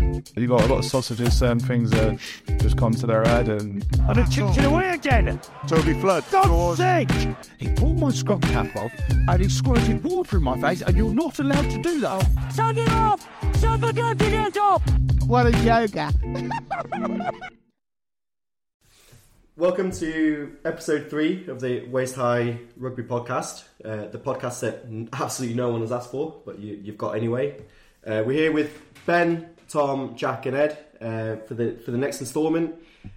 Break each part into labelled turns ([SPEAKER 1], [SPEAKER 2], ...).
[SPEAKER 1] You got a lot of sausages, certain things that just come to their head, and
[SPEAKER 2] And it chipped it away again.
[SPEAKER 3] Toby Flood
[SPEAKER 2] God's
[SPEAKER 3] scores.
[SPEAKER 2] sake!
[SPEAKER 4] He pulled my scrub cap off and he squirted water in my face, and you're not allowed to do that.
[SPEAKER 5] Shut it off! Shut the continent up!
[SPEAKER 4] What a yoga.
[SPEAKER 6] Welcome to episode three of the Waist High Rugby Podcast, uh, the podcast that n- absolutely no one has asked for, but you, you've got anyway. Uh, we're here with Ben, Tom, Jack, and Ed uh, for the for the next instalment.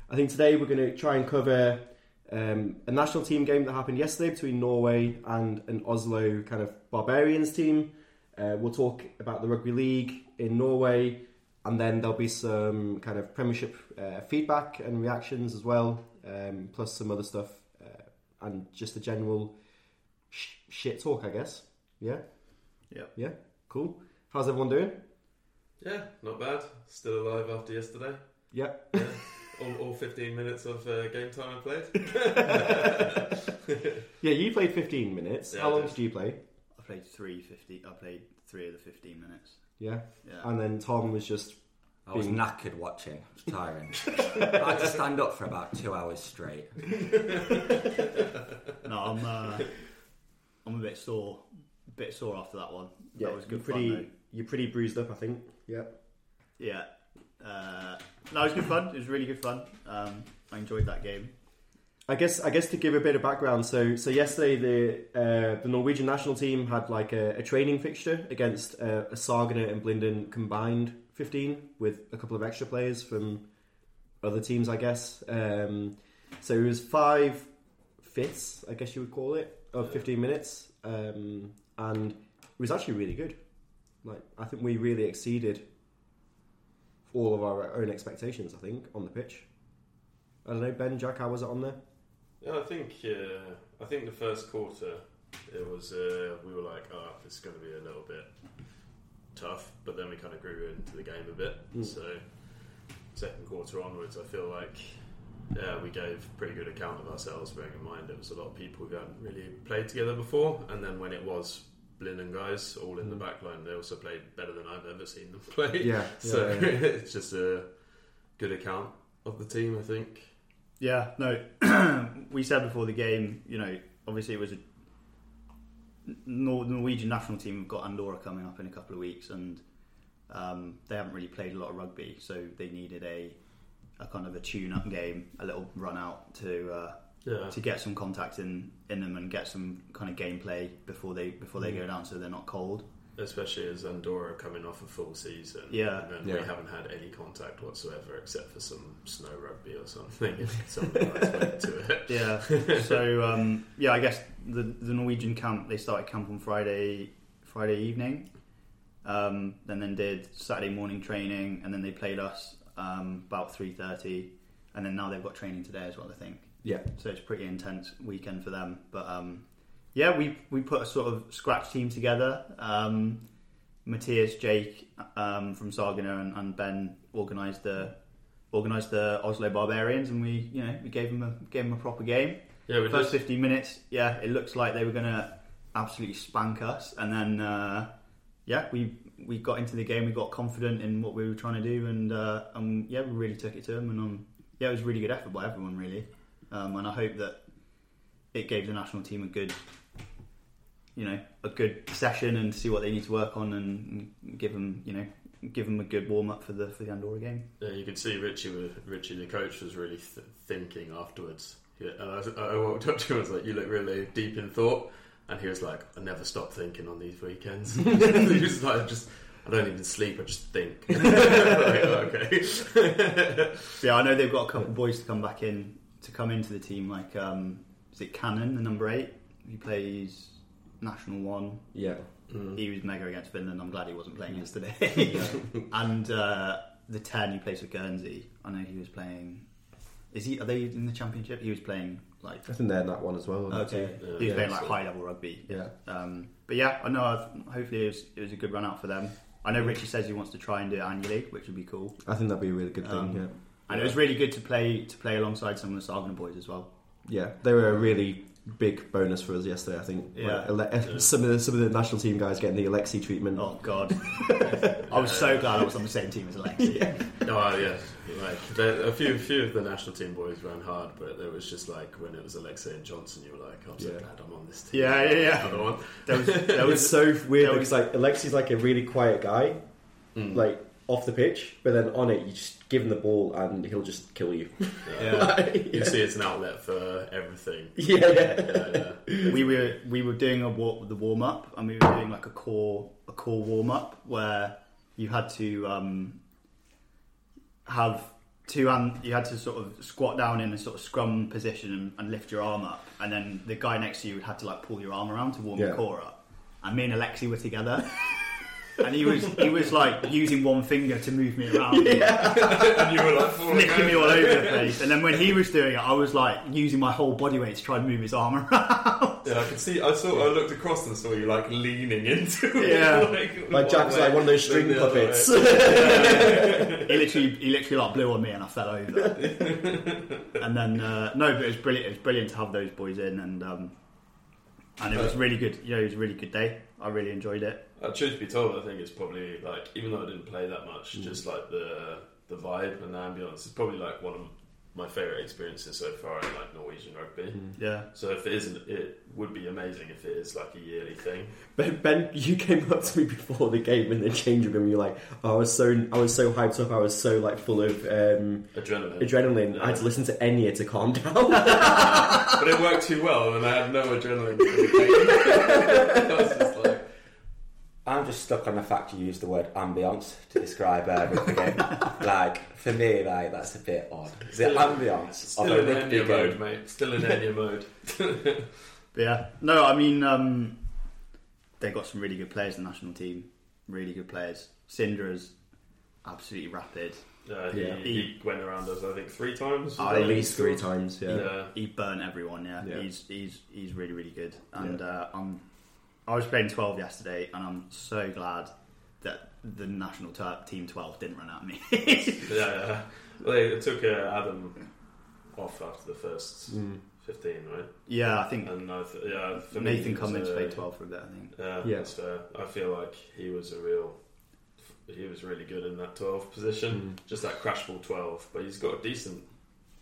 [SPEAKER 6] I think today we're going to try and cover um, a national team game that happened yesterday between Norway and an Oslo kind of Barbarians team. Uh, we'll talk about the rugby league in Norway, and then there'll be some kind of Premiership uh, feedback and reactions as well, um, plus some other stuff, uh, and just a general sh- shit talk, I guess. Yeah,
[SPEAKER 7] Yeah.
[SPEAKER 6] yeah, cool. How's everyone doing?
[SPEAKER 7] Yeah, not bad. Still alive after yesterday.
[SPEAKER 6] Yeah,
[SPEAKER 7] Yeah. all, all 15 minutes of uh, game time I played.
[SPEAKER 6] yeah. You played 15 minutes.
[SPEAKER 7] Yeah,
[SPEAKER 6] How
[SPEAKER 7] I
[SPEAKER 6] long
[SPEAKER 7] did.
[SPEAKER 6] did you play?
[SPEAKER 3] I played three fifty. I played three of the fifteen minutes.
[SPEAKER 6] Yeah,
[SPEAKER 3] Yeah.
[SPEAKER 6] and then Tom was just
[SPEAKER 8] I was
[SPEAKER 6] Being-
[SPEAKER 8] knackered watching. It was tiring. I had to stand up for about two hours straight.
[SPEAKER 3] No, I'm. Uh, I'm a bit sore. A bit sore after that one.
[SPEAKER 6] yeah,
[SPEAKER 3] that was good
[SPEAKER 6] you're pretty,
[SPEAKER 3] fun. Though.
[SPEAKER 6] You're pretty bruised up, I think. Yeah.
[SPEAKER 3] Yeah. Uh, no, it was good fun. It was really good fun. Um, I enjoyed that game.
[SPEAKER 6] I guess I guess to give a bit of background, so so yesterday the uh, the Norwegian national team had like a, a training fixture against uh, a Sargana and Blinden combined fifteen with a couple of extra players from other teams, I guess. Um, so it was five fifths, I guess you would call it, of fifteen minutes, um, and it was actually really good. Like I think we really exceeded all of our own expectations. I think on the pitch. I don't know, Ben, Jack, how was it on there?
[SPEAKER 7] Yeah, I think uh, I think the first quarter it was uh, we were like, oh, this is going to be a little bit tough, but then we kind of grew into the game a bit. So second quarter onwards, I feel like yeah, we gave pretty good account of ourselves, bearing in mind there was a lot of people who hadn't really played together before, and then when it was. Blin and guys all in the back line. They also played better than I've ever seen them play.
[SPEAKER 6] Yeah, yeah,
[SPEAKER 7] so
[SPEAKER 6] yeah.
[SPEAKER 7] it's just a good account of the team, I think.
[SPEAKER 3] Yeah, no. we said before the game, you know, obviously it was a Nor- Norwegian national team. We've got Andorra coming up in a couple of weeks, and um, they haven't really played a lot of rugby, so they needed a a kind of a tune-up game, a little run out to uh,
[SPEAKER 7] Yeah.
[SPEAKER 3] to get some contact in in them and get some kind of gameplay before they before they go down, so they're not cold.
[SPEAKER 7] Especially as Andorra are coming off a full season.
[SPEAKER 3] Yeah.
[SPEAKER 7] And then
[SPEAKER 8] Yeah.
[SPEAKER 7] we haven't had any contact whatsoever except for some snow rugby or something. if some guys went to it.
[SPEAKER 3] Yeah. so um, yeah, I guess the the Norwegian camp they started camp on Friday Friday evening, um, and then did Saturday morning training, and then they played us um, about three thirty, and then now they've got training today as well. I think.
[SPEAKER 6] Yeah.
[SPEAKER 3] So it's a pretty intense weekend for them, but um, yeah, we we put a sort of scratch team together. Um, Matthias, Jake um, from Sargana, and, and Ben organised the organised the Oslo Barbarians, and we you know we gave them a gave them a proper game.
[SPEAKER 7] Yeah, we
[SPEAKER 3] First
[SPEAKER 7] just,
[SPEAKER 3] fifteen minutes, yeah, it looks like they were gonna absolutely spank us, and then uh, yeah, we we got into the game, we got confident in what we were trying to do, and uh, and yeah, we really took it to them, and um, yeah, it was a really good effort by everyone, really, um, and I hope that it gave the national team a good. You know, a good session and see what they need to work on, and and give them, you know, give them a good warm up for the for the Andorra game.
[SPEAKER 7] yeah, you could see Richie, was- Richie, the coach, was really th- thinking afterwards. Yeah, and I, was- I walked up to him and was like, You look really deep in thought. And he was like, I never stop thinking on these weekends. he was like, I just, I don't even sleep, I just think. like, okay.
[SPEAKER 3] Yeah, I know they've got a couple of boys to come back in to come into the team. Like, um, is it Cannon, the number eight? He plays national one.
[SPEAKER 6] Yeah.
[SPEAKER 7] Mm.
[SPEAKER 3] He was mega against Finland. I'm glad he wasn't playing yesterday. and uh, the ten, he plays for Guernsey. I know he was playing. Is he? Are they in the championship? He was playing like
[SPEAKER 6] I think they're in that one as well.
[SPEAKER 3] Okay. he was
[SPEAKER 6] Yeah,
[SPEAKER 3] playing like
[SPEAKER 6] so-
[SPEAKER 3] high level rugby.
[SPEAKER 6] Yeah.
[SPEAKER 3] Um, but yeah, I know. I've, hopefully, it was, it was a good run out for them. I know Richie says he wants to try and do it annually, which would be cool.
[SPEAKER 6] I think that'd be a really good thing.
[SPEAKER 3] Um,
[SPEAKER 6] yeah.
[SPEAKER 3] And it was really good to play to play alongside some of the Sargon boys as well.
[SPEAKER 6] Yeah. They were a really big bonus for us yesterday. I think
[SPEAKER 3] Yeah.
[SPEAKER 6] When ele- eh, some of the, some of the national team guys getting the Alexi treatment.
[SPEAKER 3] Oh God, I was so glad I was on the same team as Alexi.
[SPEAKER 7] Oh yeah, like there, a few few of the national team boys ran hard, but it was just like when it was Alexei and Johnson, you were like, I'm so
[SPEAKER 6] Yeah.
[SPEAKER 7] glad I'm on this team.
[SPEAKER 3] Yeah, yeah, yeah.
[SPEAKER 7] Another one.
[SPEAKER 3] That was, that
[SPEAKER 6] It's
[SPEAKER 3] was
[SPEAKER 6] so weird
[SPEAKER 3] that was-
[SPEAKER 6] because
[SPEAKER 3] Mm.
[SPEAKER 6] like Alexi's like a really quiet guy, like off the pitch, but then on it you just give him the ball and he'll just kill you.
[SPEAKER 3] yeah.
[SPEAKER 7] You see, it's an outlet for everything.
[SPEAKER 6] yeah, yeah.
[SPEAKER 7] Yeah, yeah.
[SPEAKER 3] we were we were doing a walk the warm up, and we were doing like a core a core warm up where you had to um, have two hand you had to sort of squat down in a sort of scrum position and, and lift your arm up, and then the guy next to you had to like pull your arm around to warm
[SPEAKER 6] Yeah.
[SPEAKER 3] your core up. And me and Alexi were together. And he was he was like using one finger to move me around,
[SPEAKER 7] And you were like, "Oh,
[SPEAKER 3] flicking me all over the place. And then when he was doing it, I was like using my whole body weight to try and move his arm around.
[SPEAKER 7] Yeah, I could see. I saw. I looked across and saw you like leaning into. it.
[SPEAKER 3] Yeah.
[SPEAKER 7] like,
[SPEAKER 6] Like Jack's
[SPEAKER 7] way,
[SPEAKER 6] like one of those string
[SPEAKER 7] then the other
[SPEAKER 6] puppets.
[SPEAKER 7] way.
[SPEAKER 3] he literally he literally like blew on me and I fell over. and then uh, no, but it was brilliant. It was brilliant to have those boys in, and um, and it was really good. Yeah, it was a really good day. I really enjoyed it.
[SPEAKER 7] Uh, truth be told, I think it's probably like even though I didn't play that much,
[SPEAKER 6] Mm.
[SPEAKER 7] just like the the vibe and the ambience is probably like one of my favorite experiences so far in like Norwegian rugby.
[SPEAKER 6] Mm.
[SPEAKER 3] Yeah,
[SPEAKER 7] So if it isn't, it would be amazing if it is like a yearly thing.
[SPEAKER 6] Ben, ben, you came up to me before the game in the change room. and You're like, oh, I was so, I was so hyped up. I was so like full of um,
[SPEAKER 7] Adrenaline.
[SPEAKER 6] adrenaline. I had to listen to Enya to calm down.
[SPEAKER 7] but it worked too well, and I had no adrenaline. for the game. I was just like,
[SPEAKER 8] I'm just stuck on the fact you used the word ambience to describe uh, rugby game. like for me, like that's a bit odd. The ambience of
[SPEAKER 7] still
[SPEAKER 8] a
[SPEAKER 7] in
[SPEAKER 8] rugby
[SPEAKER 7] Enya
[SPEAKER 8] game.
[SPEAKER 7] mode, mate. Still in Enya mode.
[SPEAKER 3] but yeah. No, I mean um, they got some really good players. The national team, really good players. Cinder's absolutely rapid.
[SPEAKER 7] Uh, he,
[SPEAKER 6] Yeah.
[SPEAKER 7] he went around us, I think, three times.
[SPEAKER 3] Oh,
[SPEAKER 6] At least three times. Yeah.
[SPEAKER 7] Yeah.
[SPEAKER 3] He burnt everyone. Yeah,
[SPEAKER 6] Yeah.
[SPEAKER 3] he's he's he's really really good. And
[SPEAKER 6] Yeah.
[SPEAKER 3] uh, I'm I was playing twelve yesterday, and I'm so glad that the national tur team twelve didn't run at me.
[SPEAKER 7] yeah, well, they took uh, Adam off after the first
[SPEAKER 6] Mm.
[SPEAKER 7] fifteen, right?
[SPEAKER 3] yeah, I think
[SPEAKER 7] And I th- yeah, Uh, for me,
[SPEAKER 3] Nathan
[SPEAKER 7] he was,
[SPEAKER 3] Cummins
[SPEAKER 7] uh,
[SPEAKER 3] played twelve for a bit. I think.
[SPEAKER 7] Yeah,
[SPEAKER 6] Yeah.
[SPEAKER 7] that's fair. I feel like he was a real. He was really good in that twelve position, just that crash ball twelve. But he's got a decent,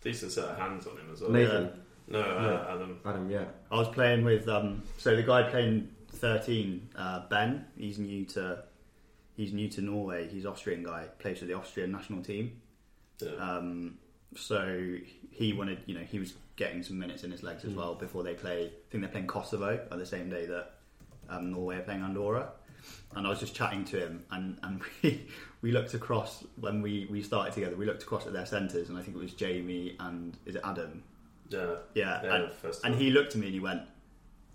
[SPEAKER 7] decent set of hands on him as well.
[SPEAKER 6] Nathan,
[SPEAKER 7] No, uh, Adam.
[SPEAKER 6] Adam, yeah,
[SPEAKER 3] I was playing with um, so the guy playing thirteen, uh, Ben. He's new to he's new to Norway. He's Austrian guy. Plays for the Austrian national team.
[SPEAKER 7] Yeah.
[SPEAKER 3] Um, so he wanted, you know, he was getting some minutes in his legs as well before they play. I think they're playing Kosovo on the same day that um, Norway are playing Andorra. And I was just chatting to him, and, and we, we looked across when we, we started together. We looked across at their centres, and I think it was Jamie and is it Adam?
[SPEAKER 7] yeah,
[SPEAKER 3] Yeah, and,
[SPEAKER 7] first
[SPEAKER 3] and
[SPEAKER 7] one.
[SPEAKER 3] he looked at me and he went,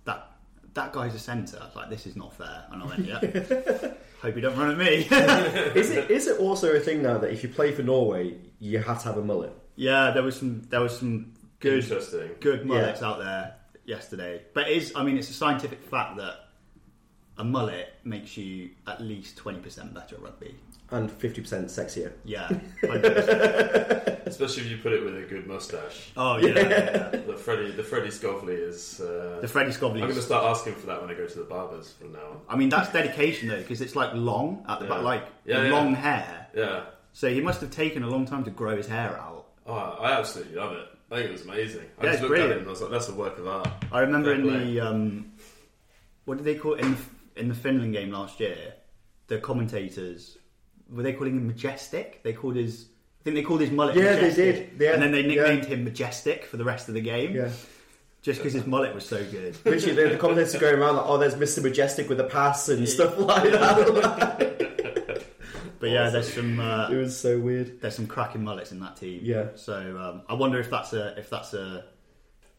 [SPEAKER 3] "That that guy's a centre." I was like, "This is not fair." And I went, "Yeah." Hope you don't run at me.
[SPEAKER 6] is it is it also a thing now that if you play for Norway, you have to have a mullet?
[SPEAKER 3] yeah, there was some there was some good
[SPEAKER 7] interesting.
[SPEAKER 3] good mullets out there yesterday. But it is I mean it's a scientific fact that a mullet makes you at least twenty percent better at rugby.
[SPEAKER 6] and 50% sexier.
[SPEAKER 3] Yeah. 100%.
[SPEAKER 7] especially if you put it with a good mustache.
[SPEAKER 3] oh yeah, yeah, yeah.
[SPEAKER 7] The Freddie, the Freddie Scovely is. Uh,
[SPEAKER 3] The Freddie
[SPEAKER 7] I'm
[SPEAKER 3] Scobbley.
[SPEAKER 7] going to start asking for that when I go to the barbers from now on.
[SPEAKER 3] I mean that's dedication though, because it's like long at the
[SPEAKER 7] Yeah.
[SPEAKER 3] back, like
[SPEAKER 7] Yeah, yeah.
[SPEAKER 3] long hair.
[SPEAKER 7] Yeah.
[SPEAKER 3] So he must have taken a long time to grow his hair out.
[SPEAKER 7] Oh, I absolutely love it. I think it was amazing. I
[SPEAKER 3] Yeah, it's
[SPEAKER 7] just looked at
[SPEAKER 3] brilliant.
[SPEAKER 7] it and I was like, that's a work of art.
[SPEAKER 3] I remember in
[SPEAKER 7] Definitely.
[SPEAKER 3] the um, what did they call it? in the, in the Finland game last year? The commentators were they calling him majestic? They called his I think they called his mullet.
[SPEAKER 6] Yeah, they
[SPEAKER 3] Majestic,
[SPEAKER 6] did. Yeah,
[SPEAKER 3] and then they
[SPEAKER 6] yeah.
[SPEAKER 3] nicknamed him majestic for the rest of the game. just because his mullet was so good.
[SPEAKER 6] Literally, the, the commentators are going around like, oh, there's Mr. Majestic with a pass and stuff like that.
[SPEAKER 3] But yeah, there's some
[SPEAKER 6] it
[SPEAKER 3] uh,
[SPEAKER 6] was so weird.
[SPEAKER 3] there's some cracking mullets in that team.
[SPEAKER 6] Yeah.
[SPEAKER 3] So um, I wonder if that's a if that's a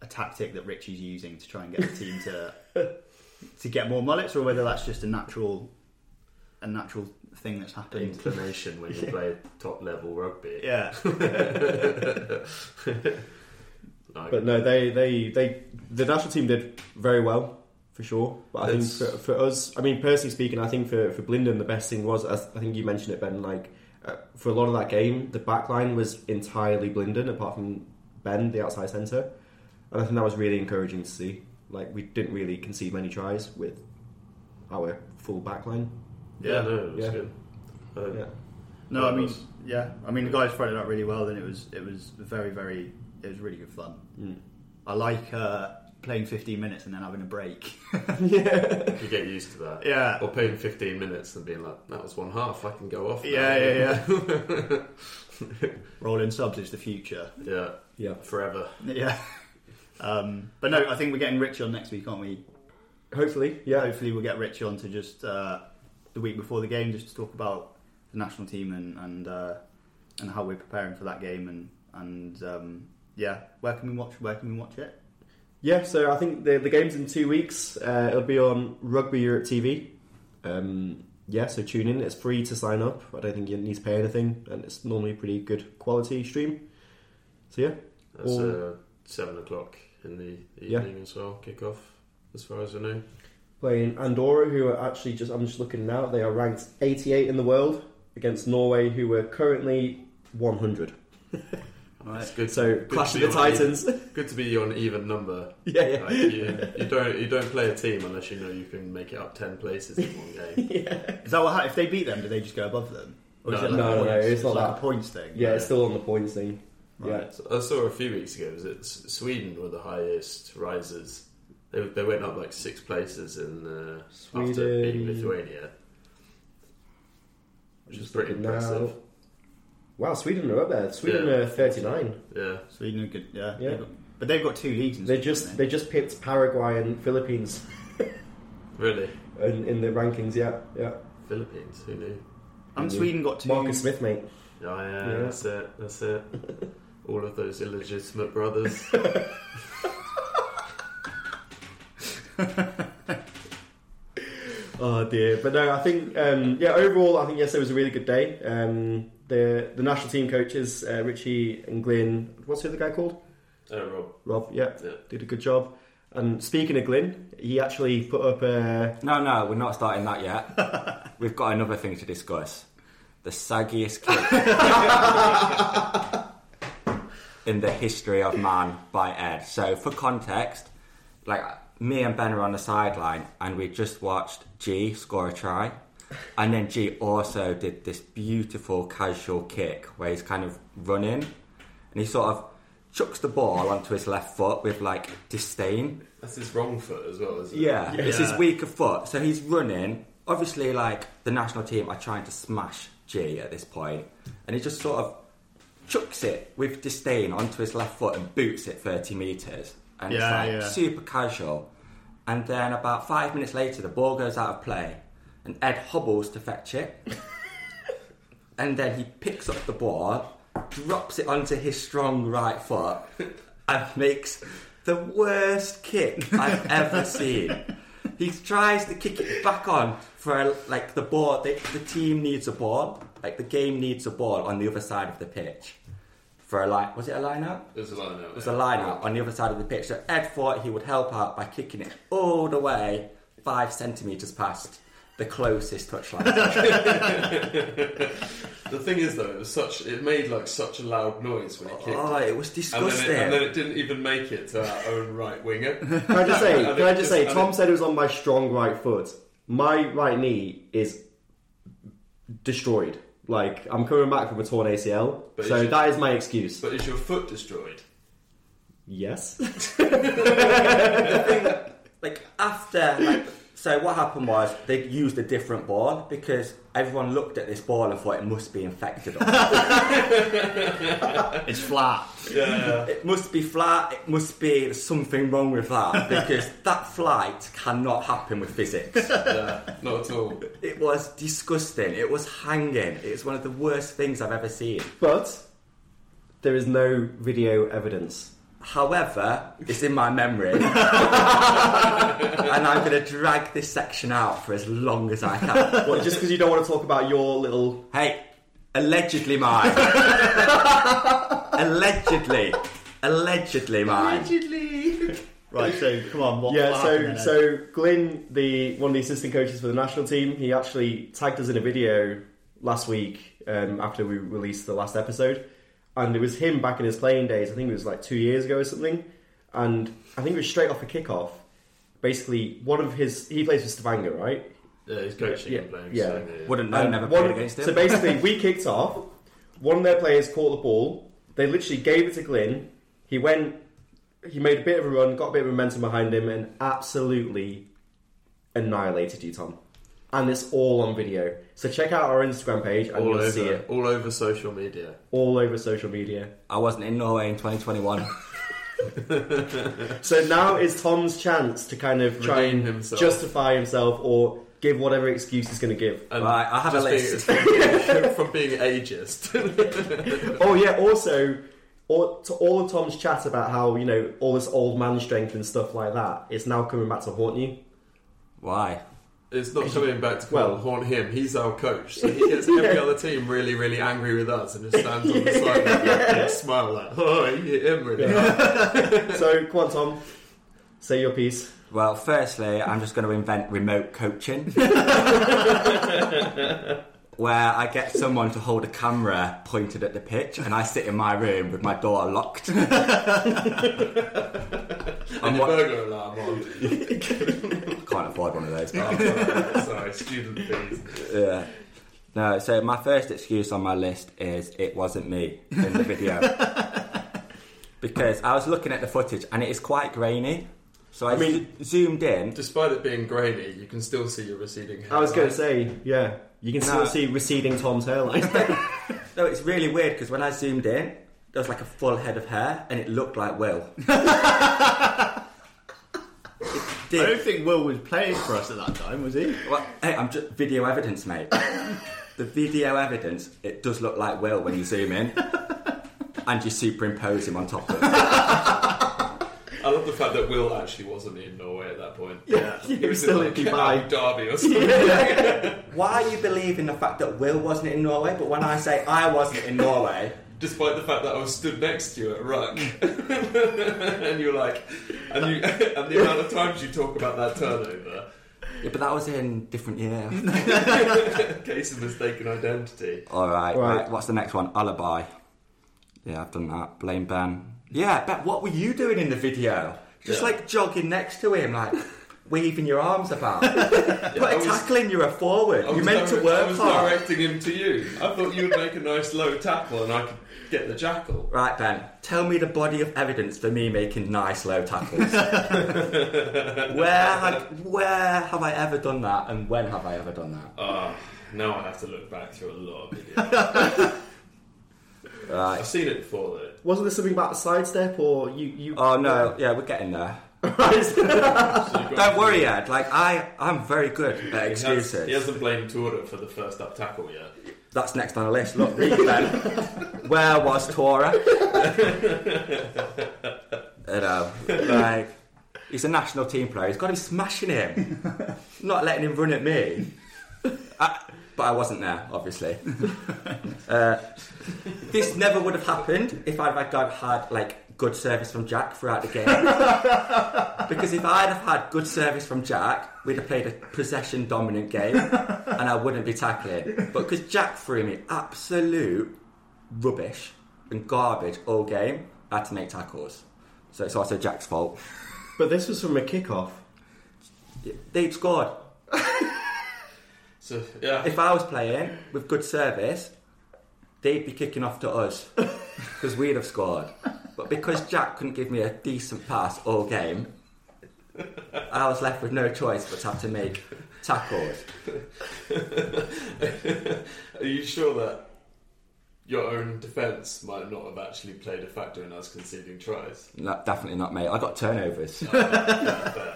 [SPEAKER 3] a tactic that Richie's using to try and get the team to to get more mullets, or whether that's just a natural a natural thing that's happened.
[SPEAKER 7] inclination when you play top level rugby.
[SPEAKER 3] Yeah.
[SPEAKER 7] Like,
[SPEAKER 6] But no, they, they, they, the national team did very well, for sure. But I think
[SPEAKER 7] It's-
[SPEAKER 6] for, for us, I mean, personally speaking, I think for, for Blinden, the best thing was, as I think you mentioned it, Ben, like, uh, for a lot of that game, the back line was entirely Blinden, apart from Ben, the outside centre. and I think that was really encouraging to see. Like we didn't really concede many tries with our full back line.
[SPEAKER 7] Yeah, no, it was
[SPEAKER 6] Yeah.
[SPEAKER 7] good. Um,
[SPEAKER 6] Yeah.
[SPEAKER 3] No, I mean,
[SPEAKER 7] Nice.
[SPEAKER 3] yeah, I mean the guys thrown it out really well, and it was it was very very it was really good fun.
[SPEAKER 6] Mm.
[SPEAKER 3] I like uh, playing 15 minutes and then having a break.
[SPEAKER 7] You get used to that.
[SPEAKER 3] Yeah.
[SPEAKER 7] Or playing 15 minutes and being like, that was one half, I can go off. now."
[SPEAKER 3] Yeah, yeah, Rolling subs is the future.
[SPEAKER 7] yeah.
[SPEAKER 6] Yeah.
[SPEAKER 7] Forever.
[SPEAKER 3] Yeah. Um, but no, I think we're getting Rich on next week, aren't we?
[SPEAKER 6] Hopefully, yeah.
[SPEAKER 3] Hopefully, we'll get Rich on to just uh, the week before the game, just to talk about the national team and and, uh, and how we're preparing for that game and and um, yeah, where can we watch? Where can we watch it?
[SPEAKER 6] Yeah, so I think the, the game's in two weeks. Uh, it'll be on Rugby Europe TV. Um, yeah, so tune in. It's free to sign up. I don't think you need to pay anything, and it's normally pretty good quality stream. So yeah,
[SPEAKER 7] That's
[SPEAKER 6] All-
[SPEAKER 7] uh, 7 o'clock in the
[SPEAKER 6] Yeah.
[SPEAKER 7] evening as well, kick off, as far as I know.
[SPEAKER 6] playing Andorra, who are actually just I'm just looking now. They are ranked 88 in the world against Norway, who are currently 100.
[SPEAKER 7] It's good.
[SPEAKER 6] So
[SPEAKER 7] good
[SPEAKER 6] clash of
[SPEAKER 7] to be
[SPEAKER 6] the
[SPEAKER 7] on an
[SPEAKER 6] Titans.
[SPEAKER 7] even- good to be on an even number.
[SPEAKER 6] Yeah, yeah.
[SPEAKER 7] Like, you, you don't you don't play a team unless you know you can make it up ten places in one game.
[SPEAKER 3] Is that what? ha- If they beat them, do they just go above them? Or is
[SPEAKER 7] No,
[SPEAKER 3] it like
[SPEAKER 6] no,
[SPEAKER 3] a
[SPEAKER 6] no,
[SPEAKER 3] points?
[SPEAKER 6] no, it's not
[SPEAKER 3] like
[SPEAKER 6] that.
[SPEAKER 3] a points thing.
[SPEAKER 6] yeah, it's still on the points thing. Yeah,
[SPEAKER 7] So I saw a few weeks ago. Was it S- Sweden were the highest risers? They, they went up like six places in uh, after beating
[SPEAKER 6] Sweden.
[SPEAKER 7] Lithuania, which is
[SPEAKER 6] Just
[SPEAKER 7] pretty
[SPEAKER 6] looking now.
[SPEAKER 7] impressive.
[SPEAKER 6] Wow, Sweden are up there. Sweden
[SPEAKER 7] Yeah.
[SPEAKER 6] are 39.
[SPEAKER 7] Yeah,
[SPEAKER 3] Sweden are good. Yeah,
[SPEAKER 6] Yeah.
[SPEAKER 3] They've got, but they've got two leagues. And
[SPEAKER 6] They
[SPEAKER 3] stuff,
[SPEAKER 6] just
[SPEAKER 3] haven't
[SPEAKER 6] they just pipped Paraguay and Philippines
[SPEAKER 7] really.
[SPEAKER 6] in, in the rankings. Yeah, yeah.
[SPEAKER 7] Philippines, who knew?
[SPEAKER 3] and Sweden got two.
[SPEAKER 6] Marcus Smith, mate.
[SPEAKER 7] Oh, yeah,
[SPEAKER 6] Yeah.
[SPEAKER 7] that's it. That's it. All of those illegitimate brothers.
[SPEAKER 6] Oh dear, but no, I think um, yeah. Overall, I think yesterday was a really good day. Um, the the national team coaches uh, Richie and Glynn. What's the other guy called?
[SPEAKER 7] Oh, Rob.
[SPEAKER 6] Rob. Yeah,
[SPEAKER 7] Yeah.
[SPEAKER 6] did a good job. And speaking of Glynn, he actually put up a
[SPEAKER 8] No, no, we're not starting that yet. We've got another thing to discuss. The saggiest kick in the history of man by Ed. So, for context, like me and Ben are on the sideline, and we just watched G score a try, and then G also did this beautiful casual kick where he's kind of running, and he sort of chucks the ball onto his left foot with like disdain.
[SPEAKER 7] That's his wrong foot as well, isn't
[SPEAKER 8] Yeah,
[SPEAKER 7] it?
[SPEAKER 8] it's his weaker foot. So he's running. Obviously, like the national team are trying to smash G at this point, and he just sort of chucks it with disdain onto his left foot and boots it 30 metres. And
[SPEAKER 3] Yeah,
[SPEAKER 8] it's like
[SPEAKER 3] yeah.
[SPEAKER 8] super casual. And then about five minutes later, the ball goes out of play, and Ed hobbles to fetch it. and then he picks up the ball, drops it onto his strong right foot, and makes the worst kick I've ever seen. He tries to kick it back on for like the ball. The, the team needs a ball, like the game needs a ball on the other side of the pitch for a line. Was it a line out?
[SPEAKER 7] It was a line out.
[SPEAKER 8] It was a line out on the other side of the pitch. So Ed thought he would help out by kicking it all the way five centimetres past the closest touchline.
[SPEAKER 7] The thing is, though, it was such. It made like such a loud noise when he kicked.
[SPEAKER 8] oh,
[SPEAKER 7] it.
[SPEAKER 8] it was
[SPEAKER 7] And then
[SPEAKER 8] disgusting.
[SPEAKER 7] it, and then it didn't even make it to our own right winger.
[SPEAKER 6] Can I just say?
[SPEAKER 7] And
[SPEAKER 6] can I
[SPEAKER 7] it
[SPEAKER 6] just say?
[SPEAKER 7] and
[SPEAKER 6] Tom
[SPEAKER 7] it-
[SPEAKER 6] said it was on my strong right foot. My right knee is destroyed. Like I'm coming back from a torn ACL,
[SPEAKER 7] But
[SPEAKER 6] so
[SPEAKER 7] you should-
[SPEAKER 6] that is my excuse.
[SPEAKER 7] But is your foot destroyed?
[SPEAKER 6] yes.
[SPEAKER 8] like after like, so what happened was they used a different ball because everyone looked at this ball and thought it must be infected or
[SPEAKER 3] It's flat.
[SPEAKER 7] Yeah.
[SPEAKER 8] it must be flat it must be something wrong with that because that flight cannot happen with physics
[SPEAKER 7] Not at all.
[SPEAKER 8] it was disgusting it was hanging it's one of the worst things i've ever seen
[SPEAKER 6] But there is no video evidence.
[SPEAKER 8] however it's in my memory and i'm going to drag this section out for as long as i can
[SPEAKER 6] What, just because you don't want to talk about your little.
[SPEAKER 8] Hey, allegedly mine. allegedly. Allegedly mine.
[SPEAKER 3] Right. So come on. What,
[SPEAKER 6] Yeah,
[SPEAKER 3] what
[SPEAKER 6] so
[SPEAKER 3] happened then, Ed?
[SPEAKER 6] so Glynn, the one of the assistant coaches for the national team, he actually tagged us in a video last week um, after we released the last episode, and it was him back in his playing days. I think it was like two years ago or something, and I think it was straight off a kickoff. Basically, one of his he plays for Stavanger, right?
[SPEAKER 7] Yeah, he's coaching and playing.
[SPEAKER 6] yeah.
[SPEAKER 7] so, yeah.
[SPEAKER 8] Wouldn't know,
[SPEAKER 6] And
[SPEAKER 8] never
[SPEAKER 6] one-
[SPEAKER 8] played against him.
[SPEAKER 6] Um, So basically, we kicked off. One of their players caught the ball. They literally gave it to Glynn. He went. He made a bit of a run, got a bit of momentum behind him, and absolutely annihilated you, Tom. And it's all on video. So check out our Instagram page, and
[SPEAKER 7] all
[SPEAKER 6] you'll
[SPEAKER 7] over,
[SPEAKER 6] see it
[SPEAKER 7] all over social media.
[SPEAKER 6] all over social media.
[SPEAKER 8] I wasn't in Norway in 2021.
[SPEAKER 6] So now is Tom's chance to kind of try
[SPEAKER 7] Redeem
[SPEAKER 6] and
[SPEAKER 7] himself.
[SPEAKER 6] justify himself or give whatever excuse he's going to give.
[SPEAKER 7] And
[SPEAKER 8] Right, I have a
[SPEAKER 7] just Being, from being ageist.
[SPEAKER 6] Oh yeah, also all, to all of Tom's chat about how you know all this old man strength and stuff like that is now coming back to haunt you.
[SPEAKER 8] Why?
[SPEAKER 7] It's not coming back to
[SPEAKER 6] Well-
[SPEAKER 7] well, haunt him. He's our coach, so he gets every other team really, really angry with us and just stands on the side like that and smile like, "Oh, you hit him really." hard."
[SPEAKER 6] so come on, Tom, say your piece.
[SPEAKER 8] Well, firstly, I'm just going to invent remote coaching. Where I get someone to hold a camera pointed at the pitch and I sit in my room with my door locked.
[SPEAKER 7] And
[SPEAKER 8] I'm
[SPEAKER 7] your
[SPEAKER 8] wa-
[SPEAKER 7] burglar alarm on.
[SPEAKER 8] can't afford one of those. But
[SPEAKER 7] Oh, sorry, student fees.
[SPEAKER 8] Yeah. No, so my first excuse on my list is it wasn't me in the video. because I was looking at the footage and it is quite grainy. So I,
[SPEAKER 6] mean-
[SPEAKER 8] zo- zoomed in.
[SPEAKER 7] Despite it being grainy, you can still see your receding.
[SPEAKER 6] I was going to
[SPEAKER 7] hairline.
[SPEAKER 6] say, yeah, you can still
[SPEAKER 8] No.
[SPEAKER 6] see receding Tom's hairline.
[SPEAKER 8] No, it's really weird because when I zoomed in, there was like a full head of hair and it looked like Will. it
[SPEAKER 3] I
[SPEAKER 8] did.
[SPEAKER 3] don't think Will was playing for us at that time, was he?
[SPEAKER 8] Well, hey, I'm just video evidence, mate. the video evidence, it does look like Will when you zoom in and you superimpose him on top of it.
[SPEAKER 7] I love the fact that Will actually wasn't in Norway at that point. Yeah,
[SPEAKER 6] he was still in Dubai.
[SPEAKER 7] Derby or something.
[SPEAKER 8] Why you believe in the fact that Will wasn't in Norway, but when I say I wasn't in Norway,
[SPEAKER 7] despite the fact that I was stood next to you at Ruck. and you're like, and, you, and the amount of times you talk about that turnover,
[SPEAKER 8] yeah, but that was in different year.
[SPEAKER 7] case of mistaken identity.
[SPEAKER 8] All right,
[SPEAKER 6] Right.
[SPEAKER 8] right, What's the next one? Alibi. Yeah, I've done that. Blame Ben. Yeah, Bet. What were you doing in the video? Just
[SPEAKER 7] Yeah.
[SPEAKER 8] like jogging next to him, like waving your arms about. Put
[SPEAKER 7] I
[SPEAKER 8] a
[SPEAKER 7] was-
[SPEAKER 8] tackle in. You're a forward.
[SPEAKER 7] I
[SPEAKER 8] You're
[SPEAKER 7] was
[SPEAKER 8] meant to
[SPEAKER 7] direct- I
[SPEAKER 8] work
[SPEAKER 7] was
[SPEAKER 8] hard.
[SPEAKER 7] directing him to you. I thought you would make a nice low tackle and I could get the jackal.
[SPEAKER 8] Right, Ben. Tell me the body of evidence for me making nice low tackles. where, had, where have I ever done that, and when have I ever done that?
[SPEAKER 7] Ah, now I have to look back through a lot of videos. I've seen it before though.
[SPEAKER 6] Wasn't there something about a side step or you? you
[SPEAKER 8] Oh no, yeah, we're getting there.
[SPEAKER 7] So you've got-
[SPEAKER 8] Don't worry, Ed. Like I, I'm very good at
[SPEAKER 7] He has-
[SPEAKER 8] excuses.
[SPEAKER 7] He hasn't blamed Torda for the first up tackle yet.
[SPEAKER 8] That's next on the list. Look, read it then. Where was Tora? you know, um, like he's a national team player. He's got him smashing him, not letting him run at me. I, but I wasn't there, obviously. uh, this never would have happened if I'd had, had like good service from Jack throughout the game. because if I'd have had good service from Jack, we'd have played a possession dominant game, and I wouldn't be tackling. But because Jack threw me absolute rubbish and garbage all game, I had to make tackles. So it's also Jack's fault.
[SPEAKER 6] But this was from a kickoff.
[SPEAKER 8] They'd scored.
[SPEAKER 7] So yeah,
[SPEAKER 8] If I was playing with good service, they'd be kicking off to us because we'd have scored. But because Jack couldn't give me a decent pass all game, I was left with no choice but to have to make tackles.
[SPEAKER 7] Are you sure that your own defence might not have actually played a factor in us conceding tries?
[SPEAKER 8] No, definitely not, mate. I got turnovers. I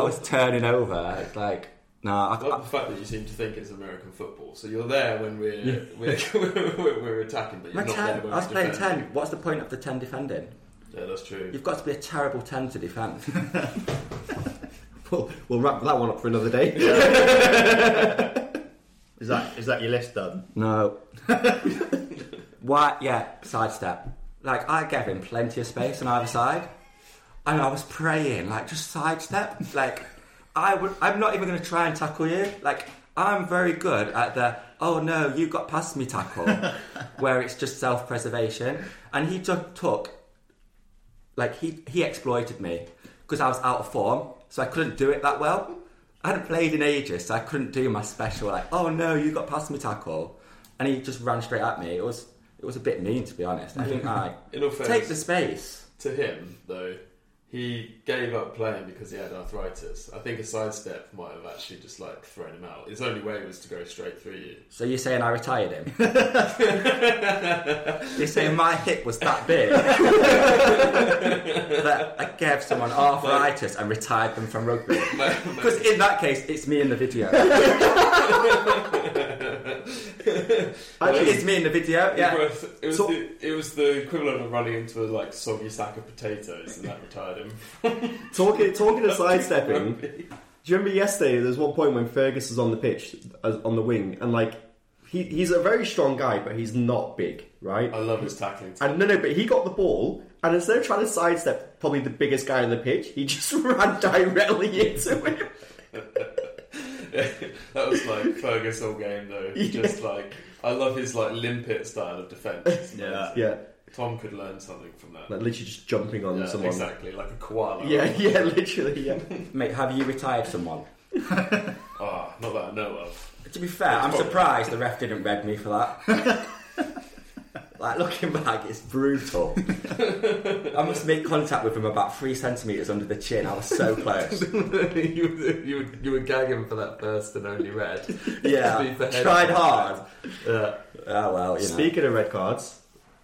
[SPEAKER 8] was turning over. It's like, nah,
[SPEAKER 7] I
[SPEAKER 8] I,
[SPEAKER 7] like the fact that you seem to think it's American football. So you're there when we're we're, we're, we're attacking, but
[SPEAKER 8] my
[SPEAKER 7] you're not there
[SPEAKER 8] ten, I
[SPEAKER 7] when
[SPEAKER 8] was
[SPEAKER 7] we're
[SPEAKER 8] playing
[SPEAKER 7] defending.
[SPEAKER 8] 10. What's the point of the 10 defending?
[SPEAKER 7] Yeah, that's true.
[SPEAKER 8] You've got to be a terrible 10 to defend.
[SPEAKER 6] We'll, we'll wrap that one up for another day.
[SPEAKER 3] Is that is that your list done?
[SPEAKER 8] no. Why? Yeah, sidestep. Like, I gave him plenty of space on either side. And I was praying, like, just sidestep. Like, I would, I'm not even going to try and tackle you. Like, I'm very good at the, oh no, you got past me tackle, where it's just self preservation. And he just took Like he he exploited me because I was out of form, so I couldn't do it that well. I hadn't played in ages, so I couldn't do my special. Like, oh no, you got past me tackle, and he just ran straight at me. It was it was a bit mean to be honest. I think I
[SPEAKER 7] In all fairness-
[SPEAKER 8] take the space.
[SPEAKER 7] To him, though, he gave up playing because he had arthritis. I think a sidestep might have actually just like thrown him out. His only way was to go straight through you.
[SPEAKER 8] So you're saying I retired him? you're saying my hip was that big that I gave someone arthritis and retired them from rugby? Because in that case, it's me in the video. it's me in the video.
[SPEAKER 7] It
[SPEAKER 8] Yeah.
[SPEAKER 7] was, it was
[SPEAKER 8] So-
[SPEAKER 7] the, it was the equivalent of running into a like soggy sack of potatoes, and that retired him.
[SPEAKER 6] Talking, talking of sidestepping, do you remember yesterday? There was one point when Fergus was on the pitch, as, on the wing, and like he, he's a very strong guy, but he's not big, right?
[SPEAKER 7] I love his tackling.
[SPEAKER 6] And no, no, but he got the ball, and instead of trying to sidestep probably the biggest guy on the pitch, he just ran directly into him.
[SPEAKER 7] that was like Fergus all game though. Just like I love his like limpet style of defence.
[SPEAKER 3] Yeah.
[SPEAKER 6] Yeah,
[SPEAKER 7] Tom could learn something from that.
[SPEAKER 6] like literally just jumping on
[SPEAKER 7] Yeah,
[SPEAKER 6] someone.
[SPEAKER 7] exactly, like a koala.
[SPEAKER 6] Yeah, yeah, literally, yeah.
[SPEAKER 8] Mate, have you retired someone?
[SPEAKER 7] Ah, not that I know of.
[SPEAKER 8] To be fair, I'm surprised the ref didn't red me for that. like looking back, it's brutal. I must make contact with him about three centimeters under the chin. I was so close.
[SPEAKER 7] you, were- you, were- you were gagging for that first and only red.
[SPEAKER 8] Yeah,
[SPEAKER 7] To be fair.
[SPEAKER 8] tried hard.
[SPEAKER 7] Yeah.
[SPEAKER 8] Oh well, you know.
[SPEAKER 6] Speaking of red cards,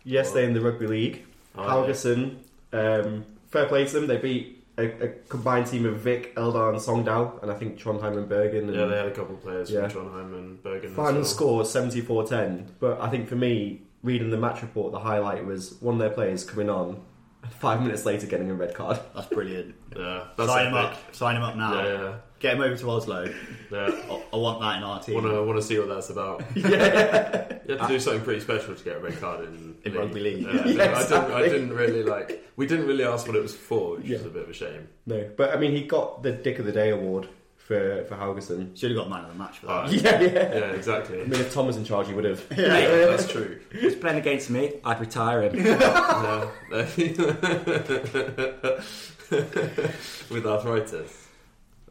[SPEAKER 6] yesterday in the rugby league,
[SPEAKER 7] Oh,
[SPEAKER 6] Halgerson, um, fair play to them. They beat a, a combined team of Vic, Eldar, and Songdal, and I think Trondheim and Bergen. And
[SPEAKER 7] Yeah, they had a couple of players
[SPEAKER 6] Yeah.
[SPEAKER 7] from Trondheim and Bergen. as
[SPEAKER 6] final
[SPEAKER 7] well.
[SPEAKER 6] score was 74-10. But I think for me, reading the match report, the highlight was one of their players coming on. and Five minutes later, getting a red card.
[SPEAKER 3] That's brilliant.
[SPEAKER 7] Yeah, that's
[SPEAKER 3] Sign him
[SPEAKER 7] epic.
[SPEAKER 3] up. Sign him up now.
[SPEAKER 7] Yeah, yeah,
[SPEAKER 3] Get him over to Oslo.
[SPEAKER 7] yeah.
[SPEAKER 3] I, I want that in our team.
[SPEAKER 7] Want to want to see what that's about? yeah, you have to do something pretty special to get a red card in,
[SPEAKER 3] In rugby league.
[SPEAKER 7] Yeah,
[SPEAKER 3] Yeah,
[SPEAKER 7] I, didn't, I,
[SPEAKER 6] exactly.
[SPEAKER 7] didn't, I didn't really like. We didn't really ask what it was for, which is a bit of a shame.
[SPEAKER 6] No, but I mean, he got the Dick of the Day award for for Halgerson.
[SPEAKER 3] Should have got man of the match for that.
[SPEAKER 7] Alright.
[SPEAKER 6] Yeah, yeah.
[SPEAKER 7] Yeah, exactly.
[SPEAKER 6] I mean, if Tom was in charge, he would have.
[SPEAKER 7] Yeah, that's true.
[SPEAKER 8] If he's playing against me, I'd retire him.
[SPEAKER 7] Yeah. With arthritis,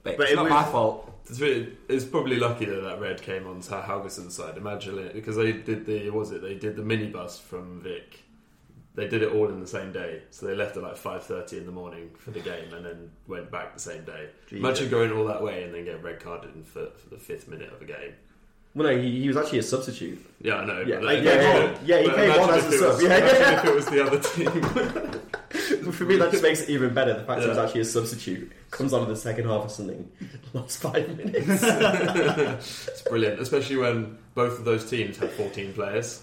[SPEAKER 8] But,
[SPEAKER 3] But
[SPEAKER 8] it's
[SPEAKER 3] it
[SPEAKER 8] not
[SPEAKER 3] was-
[SPEAKER 8] my fault.
[SPEAKER 7] it's, really, it's probably lucky that that red came on Sir Haugeson's side. Imagine it because they did the what was it? They did the minibus from Vic. They did it all in the same day, so they left at like five thirty in the morning for the game, and then went back the same day. Imagine going all that way and then get red carded in for, for the fifth minute of a game.
[SPEAKER 6] Well, no, he, he was actually a substitute.
[SPEAKER 7] Yeah, I know.
[SPEAKER 6] Yeah,
[SPEAKER 7] but-
[SPEAKER 6] like, yeah,
[SPEAKER 7] but-
[SPEAKER 6] yeah, he
[SPEAKER 7] but
[SPEAKER 6] came on
[SPEAKER 7] imagine
[SPEAKER 6] as a
[SPEAKER 7] if it
[SPEAKER 6] sub,
[SPEAKER 7] was-
[SPEAKER 6] yeah.
[SPEAKER 7] imagine if it was the other team.
[SPEAKER 6] For me, that just makes it even better. The fact that it was
[SPEAKER 7] Yeah.
[SPEAKER 6] actually a substitute comes on in the second half or something. Last five minutes.
[SPEAKER 7] it's brilliant, especially when both of those teams had fourteen players.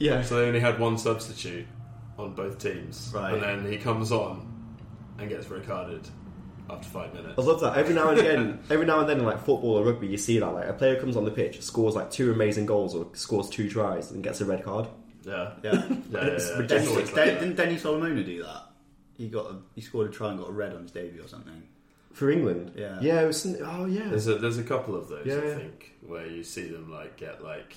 [SPEAKER 6] yeah.
[SPEAKER 7] So they only had one substitute on both teams.
[SPEAKER 3] Right.
[SPEAKER 7] And then he comes on and gets red carded after five minutes.
[SPEAKER 6] I
[SPEAKER 3] Oh.
[SPEAKER 6] love that. Every now and again, every now and then, in like football or rugby, you see that like a player comes on the pitch, scores like two amazing goals or scores two tries and gets a red card.
[SPEAKER 7] Yeah.
[SPEAKER 3] Yeah.
[SPEAKER 7] Yeah, yeah,
[SPEAKER 3] It's
[SPEAKER 7] yeah.
[SPEAKER 3] ridiculous.
[SPEAKER 7] It's always like
[SPEAKER 3] Den-
[SPEAKER 7] that.
[SPEAKER 3] didn't Denny Solomona do that? He got a, he scored a try and got a red on his debut or something.
[SPEAKER 6] For England,
[SPEAKER 3] Yeah.
[SPEAKER 6] yeah, it was, some- oh yeah,
[SPEAKER 7] There's a, there's a couple of those,
[SPEAKER 6] Yeah,
[SPEAKER 7] I
[SPEAKER 6] yeah.
[SPEAKER 7] think, where you see them like get like.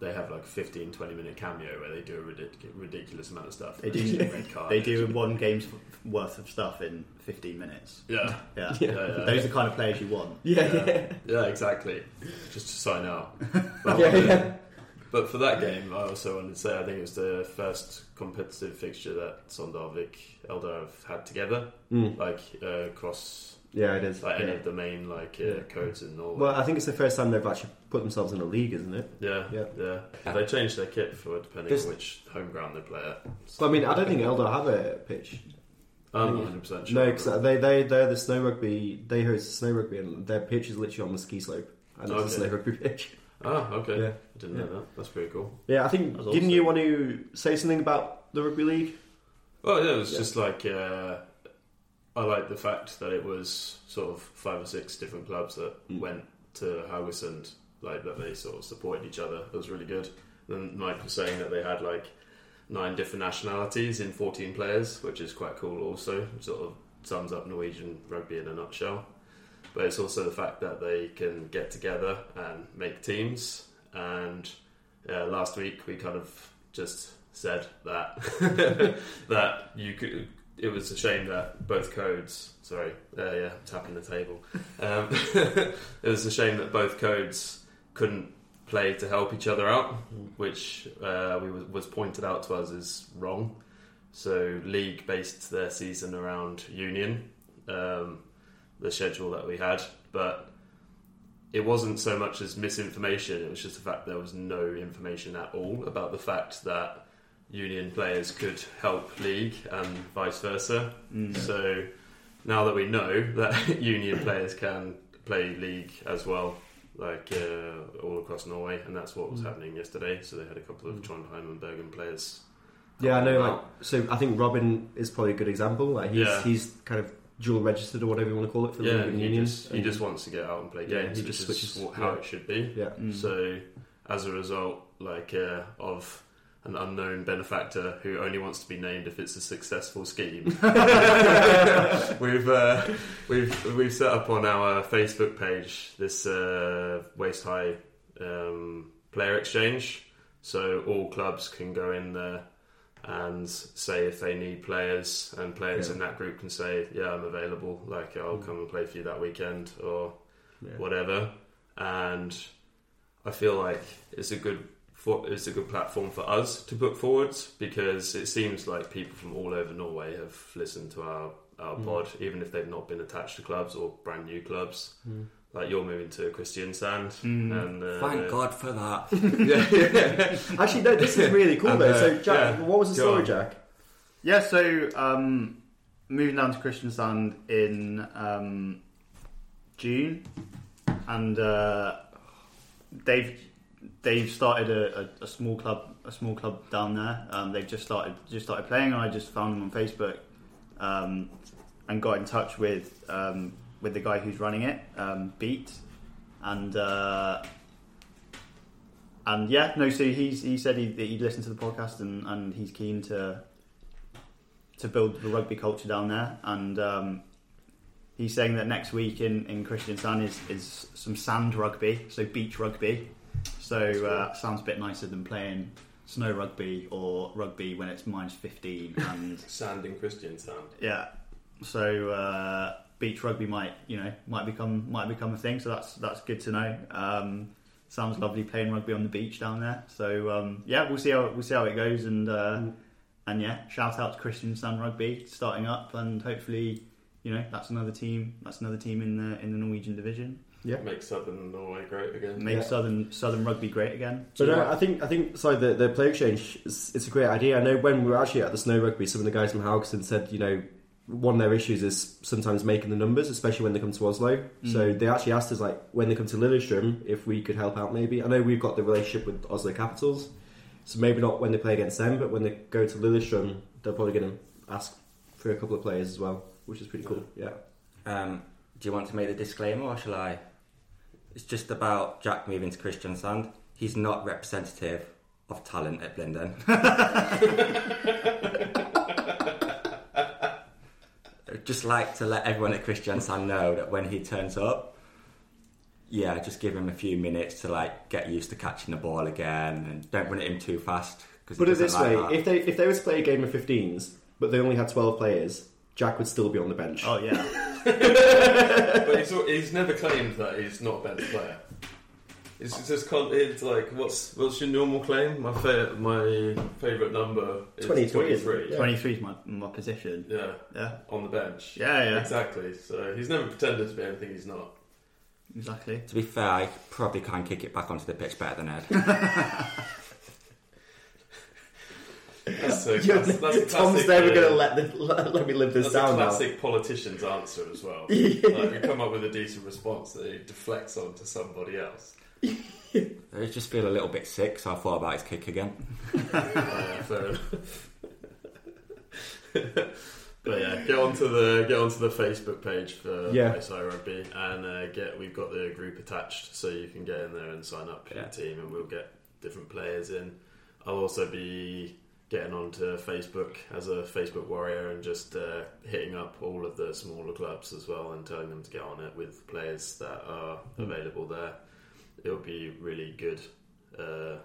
[SPEAKER 7] They have like a 15, 20 minute cameo where they do a ridic- ridiculous amount of stuff. They
[SPEAKER 3] do.
[SPEAKER 7] red card.
[SPEAKER 3] They do one game's worth of stuff in 15 minutes.
[SPEAKER 7] Yeah.
[SPEAKER 3] Yeah.
[SPEAKER 7] Yeah, yeah.
[SPEAKER 3] Those are the kind of players you want.
[SPEAKER 6] yeah, yeah,
[SPEAKER 7] Yeah, exactly. Just to sign out.
[SPEAKER 6] yeah, yeah.
[SPEAKER 7] But for that game, I also wanted to say I think it was the first competitive fixture that Sondarvik Eldar have had together, like uh, across
[SPEAKER 6] Mm. Yeah, it is.
[SPEAKER 7] like any
[SPEAKER 6] Yeah.
[SPEAKER 7] of the main like uh, codes in Norway.
[SPEAKER 6] Well, I think it's the first time they've actually put themselves in a league, isn't it?
[SPEAKER 7] yeah, yeah,
[SPEAKER 6] yeah.
[SPEAKER 7] They changed their kit for depending
[SPEAKER 8] This-
[SPEAKER 7] on which home ground they play at.
[SPEAKER 6] Well, I mean, I don't think Eldar have a pitch.
[SPEAKER 7] I'm not 100 percent
[SPEAKER 6] No,
[SPEAKER 7] sure.
[SPEAKER 6] because they they they're the snow rugby. They host the snow rugby, and their pitch is literally on the ski slope, and it's a
[SPEAKER 7] Okay.
[SPEAKER 6] snow rugby pitch.
[SPEAKER 7] ah, okay.
[SPEAKER 6] Yeah.
[SPEAKER 7] I didn't know that. That's pretty cool.
[SPEAKER 6] Yeah, I think.
[SPEAKER 3] That's
[SPEAKER 6] Didn't
[SPEAKER 3] awesome.
[SPEAKER 6] you want to say something about the rugby league?
[SPEAKER 7] Well, yeah, it was just like uh, I like the fact that it was sort of five or six different clubs that went to Haugesund, like that they sort of supported each other. It was really good. And Mike was saying that they had like nine different nationalities in fourteen players, which is quite cool. Also, sort of sums up Norwegian rugby in a nutshell. But it's also the fact that they can get together and make teams. And uh, last week we kind of just said that that you could it was a shame that both codes. Sorry, uh, yeah, tapping the table. Um, it was a shame that both codes couldn't play to help each other out, which uh, we was, was pointed out to us as wrong. So league based their season around Union, um, the schedule that we had, but it wasn't so much as misinformation. It was just the fact there was no information at all about the fact that Union players could help League and vice versa. So now that we know that Union players can play League as well, like uh, all across Norway, and that's
[SPEAKER 6] Mm.
[SPEAKER 7] what was happening yesterday. So they had a couple of Trondheim and Bergen players.
[SPEAKER 6] Yeah, I know.
[SPEAKER 7] come out.
[SPEAKER 6] Like, so I think Robin is probably a good example. Like he's
[SPEAKER 7] Yeah.
[SPEAKER 6] he's kind of dual registered or whatever you want to call it for
[SPEAKER 7] yeah,
[SPEAKER 6] the
[SPEAKER 7] he
[SPEAKER 6] union.
[SPEAKER 7] just he
[SPEAKER 6] And-
[SPEAKER 7] just wants to get out and play
[SPEAKER 6] Yeah,
[SPEAKER 7] games,
[SPEAKER 6] he
[SPEAKER 7] which
[SPEAKER 6] just
[SPEAKER 7] is
[SPEAKER 6] switches-
[SPEAKER 7] wh- how
[SPEAKER 6] yeah.
[SPEAKER 7] it should be.
[SPEAKER 6] yeah.
[SPEAKER 3] Mm.
[SPEAKER 7] So as a result, like uh, of an unknown benefactor who only wants to be named if it's a successful scheme, we've uh, we've we've set up on our Facebook page this uh, waist high um, player exchange, so all clubs can go in there. And say if they need players, and players
[SPEAKER 6] Yeah.
[SPEAKER 7] in that group can say, "Yeah, I'm available. Like I'll come and play for you that weekend," or
[SPEAKER 6] Yeah.
[SPEAKER 7] whatever. And I feel like it's a good for, it's a good platform for us to put forwards because it seems like people from all over Norway have listened to our our
[SPEAKER 8] Hmm.
[SPEAKER 7] pod, even if they've not been attached to clubs or brand new clubs.
[SPEAKER 8] Hmm.
[SPEAKER 7] Like you're moving to Christian Sand, and uh,
[SPEAKER 8] Thank God for that.
[SPEAKER 7] yeah, yeah.
[SPEAKER 6] Actually, no, this is really cool
[SPEAKER 7] And,
[SPEAKER 6] though.
[SPEAKER 7] uh,
[SPEAKER 6] So, Jack,
[SPEAKER 7] yeah,
[SPEAKER 6] what was the
[SPEAKER 7] go
[SPEAKER 6] story,
[SPEAKER 7] on.
[SPEAKER 6] Jack?
[SPEAKER 3] Yeah, so um, moving down to Christian Sand in um, June, and uh, they've they've started a, a, a small club a small club down there. Um, they've just started just started playing, and I just found them on Facebook um, and got in touch with um, with the guy who's running it, um, Beat, and. Uh, and yeah, no. So he's he said he he listened to the podcast and, and he's keen to to build the rugby culture down there. And um, he's saying that next week in, in Christian Sand is, is some sand rugby, so beach rugby. So uh, sounds a bit nicer than playing snow rugby or rugby when it's minus 15. And
[SPEAKER 7] Sand in Christian Sand.
[SPEAKER 3] yeah, so uh, beach rugby might, you know, might become might become a thing. So that's that's good to know. Um, sounds lovely playing rugby on the beach down there. So um, yeah, we'll see how we'll see how it goes and. Uh,
[SPEAKER 6] Mm.
[SPEAKER 3] and yeah, shout out to Christian Sand Rugby starting up, and hopefully, you know, that's another team. That's another team in the in the Norwegian division.
[SPEAKER 7] Make Southern Norway great again.
[SPEAKER 3] Make
[SPEAKER 6] Yeah.
[SPEAKER 3] Southern Southern Rugby great again.
[SPEAKER 6] But no, I think I think sorry the the play exchange is, it's a great idea. I know when we were actually at the snow rugby, some of the guys from Haugesund said you know one of their issues is sometimes making the numbers, especially when they come to Oslo. So they actually asked us like when they come to Lillestrøm if we could help out. Maybe I know we've got the relationship with Oslo Capitals, so maybe not when they play against them, but when they go to Lillestrøm, they're probably going to ask for a couple of players as well, which is pretty cool. Yeah.
[SPEAKER 8] Um, do you want to make the disclaimer or shall I? It's just about Jack moving to Christian Sand. He's not representative of talent at Blinden. I'd just like to let everyone at Christian Sand know that when he turns up, yeah, just give him a few minutes to like get used to catching the ball again and don't run at him too fast. Cause he
[SPEAKER 6] Put it
[SPEAKER 8] doesn't
[SPEAKER 6] this
[SPEAKER 8] like
[SPEAKER 6] way:
[SPEAKER 8] that.
[SPEAKER 6] if they if they was to play a game of 15s, but they only had 12 players, Jack would still be on the bench.
[SPEAKER 3] Oh yeah,
[SPEAKER 7] But he's, al- he's never claimed that he's not a better player.
[SPEAKER 6] Oh.
[SPEAKER 7] It's just con- it's like what's what's your normal claim? My fa- my favorite number is
[SPEAKER 6] 23, isn't
[SPEAKER 7] twenty
[SPEAKER 6] it?
[SPEAKER 7] three.
[SPEAKER 6] Yeah.
[SPEAKER 3] twenty three is my my position.
[SPEAKER 7] Yeah,
[SPEAKER 3] Yeah,
[SPEAKER 7] on the bench.
[SPEAKER 3] Yeah, yeah.
[SPEAKER 7] exactly. So he's never pretended to be anything he's not.
[SPEAKER 3] exactly.
[SPEAKER 8] to be fair, I probably can't kick it back onto the pitch better than Ed.
[SPEAKER 7] That's so
[SPEAKER 6] Yo,
[SPEAKER 7] that's, that's a
[SPEAKER 6] Tom's
[SPEAKER 7] classic,
[SPEAKER 6] never
[SPEAKER 7] uh,
[SPEAKER 6] going to let, the, let, let me live this
[SPEAKER 7] That's a
[SPEAKER 6] down now.
[SPEAKER 7] classic politician's answer as well. like, you come up with a decent response that it deflects onto somebody else.
[SPEAKER 8] I just feel a little bit sick, so I thought about his kick again.
[SPEAKER 7] Uh, so- but yeah, get onto the get onto the Facebook page for
[SPEAKER 6] Yeah.
[SPEAKER 7] yeah. Rugby, and uh, get we've got the group attached, so you can get in there and sign up for
[SPEAKER 8] Yeah.
[SPEAKER 7] your team, and we'll get different players in. I'll also be getting onto Facebook as a Facebook warrior and just uh, hitting up all of the smaller clubs as well and telling them to get on it with
[SPEAKER 8] Hmm.
[SPEAKER 7] players that are available there. It'll be really good. Uh,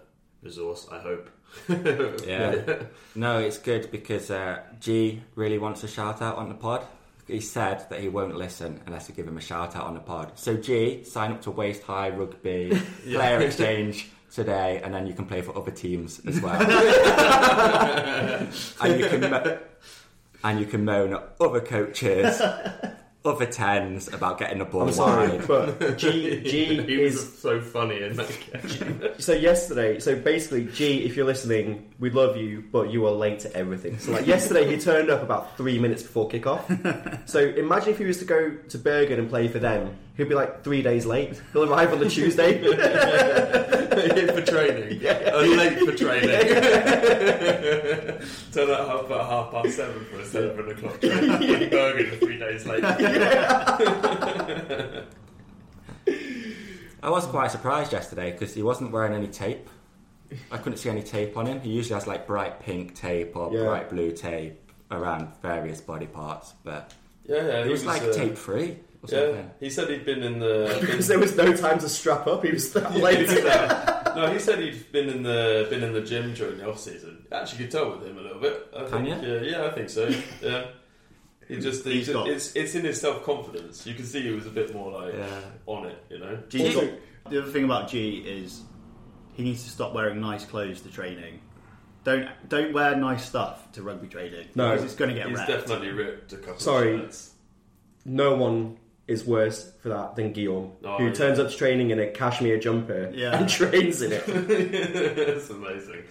[SPEAKER 7] resource. I hope.
[SPEAKER 8] Yeah. no, it's good because uh, G really wants a shout out on the pod. He said that he won't listen unless we give him a shout out on the pod. So G, sign up to Waist High Rugby Player Exchange today, and then you can play for other teams as well. and you can mo- and you can moan at other coaches, other tens about getting the ball
[SPEAKER 6] I'm sorry,
[SPEAKER 8] wide.
[SPEAKER 6] but G G
[SPEAKER 7] he was
[SPEAKER 6] is
[SPEAKER 7] so funny in that game.
[SPEAKER 6] so yesterday. So basically, G, if you're listening, we love you, but you are late to everything. So like yesterday, he turned up about three minutes before kickoff. So imagine if he was to go to Bergen and play for them, he'd be like three days late. He'll arrive on the Tuesday.
[SPEAKER 7] for training. A late for training. Turn up half, about half past seven for a seven o'clock training. With Bergen three days later.
[SPEAKER 8] I was quite surprised yesterday because he wasn't wearing any tape. I couldn't see any tape on him. He usually has like bright pink tape or
[SPEAKER 6] Yeah.
[SPEAKER 8] bright blue tape around various body parts, but
[SPEAKER 7] Yeah, yeah.
[SPEAKER 8] it was, like
[SPEAKER 7] uh,
[SPEAKER 8] tape free or
[SPEAKER 7] Yeah,
[SPEAKER 8] something.
[SPEAKER 7] he said he'd been in the.
[SPEAKER 6] Because there was no time to strap up, he was that late.
[SPEAKER 7] no, he said he'd been in the been in the gym during the off season. Actually, you could tell with him a little bit. I
[SPEAKER 8] Can
[SPEAKER 7] think,
[SPEAKER 8] you?
[SPEAKER 7] Yeah, yeah, I think so. Yeah, he just, he
[SPEAKER 3] He's
[SPEAKER 7] just-
[SPEAKER 3] got-
[SPEAKER 7] it's it's in his self confidence. You can see he was a bit more like
[SPEAKER 8] Yeah.
[SPEAKER 7] on it, you know.
[SPEAKER 3] G, the other thing about G is he needs to stop wearing nice clothes to training. Don't don't wear nice stuff to rugby training.
[SPEAKER 6] No.
[SPEAKER 3] because it's going to get
[SPEAKER 7] He's
[SPEAKER 3] wrecked.
[SPEAKER 7] definitely ripped a couple.
[SPEAKER 6] Sorry.
[SPEAKER 7] of shirts.
[SPEAKER 6] no one is worse for that than Guillaume,
[SPEAKER 7] Oh,
[SPEAKER 6] who
[SPEAKER 7] yeah.
[SPEAKER 6] turns up to training in a cashmere jumper
[SPEAKER 3] Yeah.
[SPEAKER 6] and trains in it.
[SPEAKER 7] it's amazing.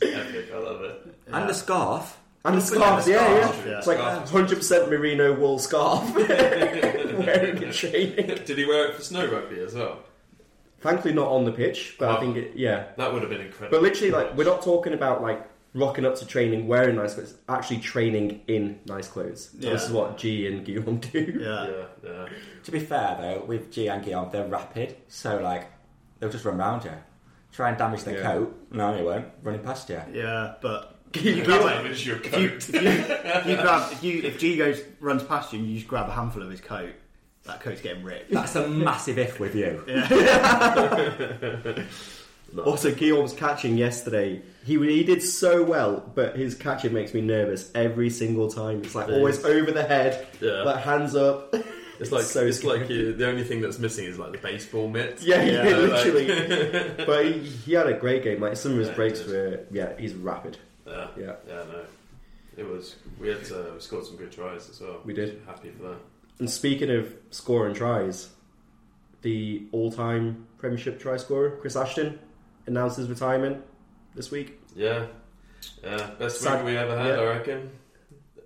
[SPEAKER 7] It's epic. I love it.
[SPEAKER 8] And the scarf.
[SPEAKER 6] And a scarf, yeah, yeah.
[SPEAKER 3] Yeah.
[SPEAKER 6] It's like 100% merino wool scarf. Wearing in training.
[SPEAKER 7] Did he wear it for snow rugby as well?
[SPEAKER 6] Thankfully, not on the pitch, but I
[SPEAKER 7] Oh.
[SPEAKER 6] think, it, yeah.
[SPEAKER 7] That would have been incredible.
[SPEAKER 6] But literally, like, we're not talking about, like, rocking up to training wearing nice clothes, actually training in nice clothes.
[SPEAKER 3] Yeah.
[SPEAKER 6] This is what G and Guillaume do.
[SPEAKER 3] yeah.
[SPEAKER 7] yeah, yeah.
[SPEAKER 8] To be fair though, with G and Guillaume, they're rapid, so like they'll just run round you, try and damage their
[SPEAKER 6] Yeah.
[SPEAKER 8] coat. No, they won't. Running past you.
[SPEAKER 3] yeah, but
[SPEAKER 6] Guillaume-
[SPEAKER 7] That language your
[SPEAKER 3] if you, if
[SPEAKER 7] coat.
[SPEAKER 3] you, if you grab if you if G goes runs past you and you just grab a handful of his coat, that coat's getting ripped.
[SPEAKER 8] That's a massive if with you.
[SPEAKER 6] Also, Guillaume's catching yesterday. He he did so well, but his catching makes me nervous every single time. It's like always over the head,
[SPEAKER 7] Yeah.
[SPEAKER 6] like hands up.
[SPEAKER 7] It's like
[SPEAKER 6] so
[SPEAKER 7] it's
[SPEAKER 6] scary.
[SPEAKER 7] like you, the only thing that's missing is like the baseball mitt.
[SPEAKER 6] Yeah,
[SPEAKER 3] Yeah,
[SPEAKER 6] yeah,
[SPEAKER 7] like-
[SPEAKER 6] literally. but he, he had a great game. Like some of his
[SPEAKER 7] Yeah, he
[SPEAKER 6] breaks
[SPEAKER 7] did.
[SPEAKER 6] were, yeah, he's rapid.
[SPEAKER 7] yeah,
[SPEAKER 6] Yeah.
[SPEAKER 7] Uh, yeah. No, it was. We had uh, we scored some good tries as well.
[SPEAKER 6] We did.
[SPEAKER 7] Happy for that.
[SPEAKER 6] And speaking of scoring tries, the all-time Premiership try scorer Chris Ashton announced his retirement this week.
[SPEAKER 7] Yeah, yeah. Best
[SPEAKER 6] Sad-
[SPEAKER 7] winger we ever had,
[SPEAKER 6] yeah.
[SPEAKER 7] I reckon.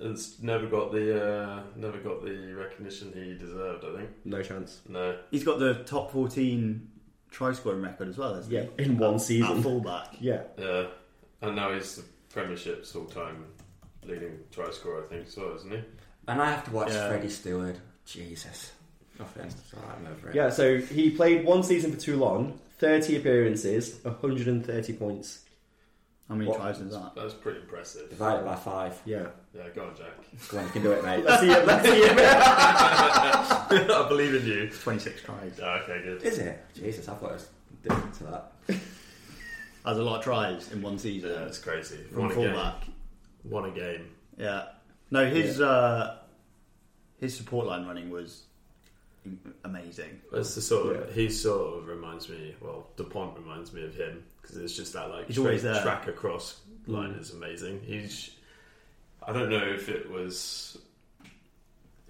[SPEAKER 7] It's never got the uh, never got the recognition he deserved. I think
[SPEAKER 6] No chance.
[SPEAKER 7] no.
[SPEAKER 3] He's got the top fourteen try scoring record as well, hasn't
[SPEAKER 6] Yeah,
[SPEAKER 3] he?
[SPEAKER 6] in one
[SPEAKER 3] At
[SPEAKER 6] season.
[SPEAKER 3] fullback.
[SPEAKER 6] Yeah,
[SPEAKER 7] Yeah, and now he's the Premiership's all-time leading try scorer. I think so, isn't he?
[SPEAKER 8] And I have to watch
[SPEAKER 3] Yeah.
[SPEAKER 8] Freddie Stewart. Jesus. Nothing. So I'm over it.
[SPEAKER 6] Yeah, so he played one season for Toulon, 30 appearances, 130 points.
[SPEAKER 3] How many
[SPEAKER 8] What?
[SPEAKER 3] tries is that?
[SPEAKER 7] That's pretty impressive.
[SPEAKER 8] Divide it by five.
[SPEAKER 6] Yeah.
[SPEAKER 7] Yeah, go on, Jack.
[SPEAKER 8] Come on, you can do it, mate.
[SPEAKER 6] Let's see it, let's see it.
[SPEAKER 7] I believe in you.
[SPEAKER 3] Twenty six tries.
[SPEAKER 7] Ah, okay, good.
[SPEAKER 8] Is it? Jesus, I thought it was different to that.
[SPEAKER 3] That's a lot of tries in one season.
[SPEAKER 7] Yeah, it's crazy.
[SPEAKER 3] From
[SPEAKER 7] One a game.
[SPEAKER 3] fullback.
[SPEAKER 7] One a game.
[SPEAKER 3] Yeah. No, his uh, his support line running was amazing.
[SPEAKER 7] It's the sort of he sort of reminds me. Well, Dupont reminds me of him because it's just that like
[SPEAKER 3] He's always there. Mm.
[SPEAKER 7] track across line is amazing. He's I don't know if it was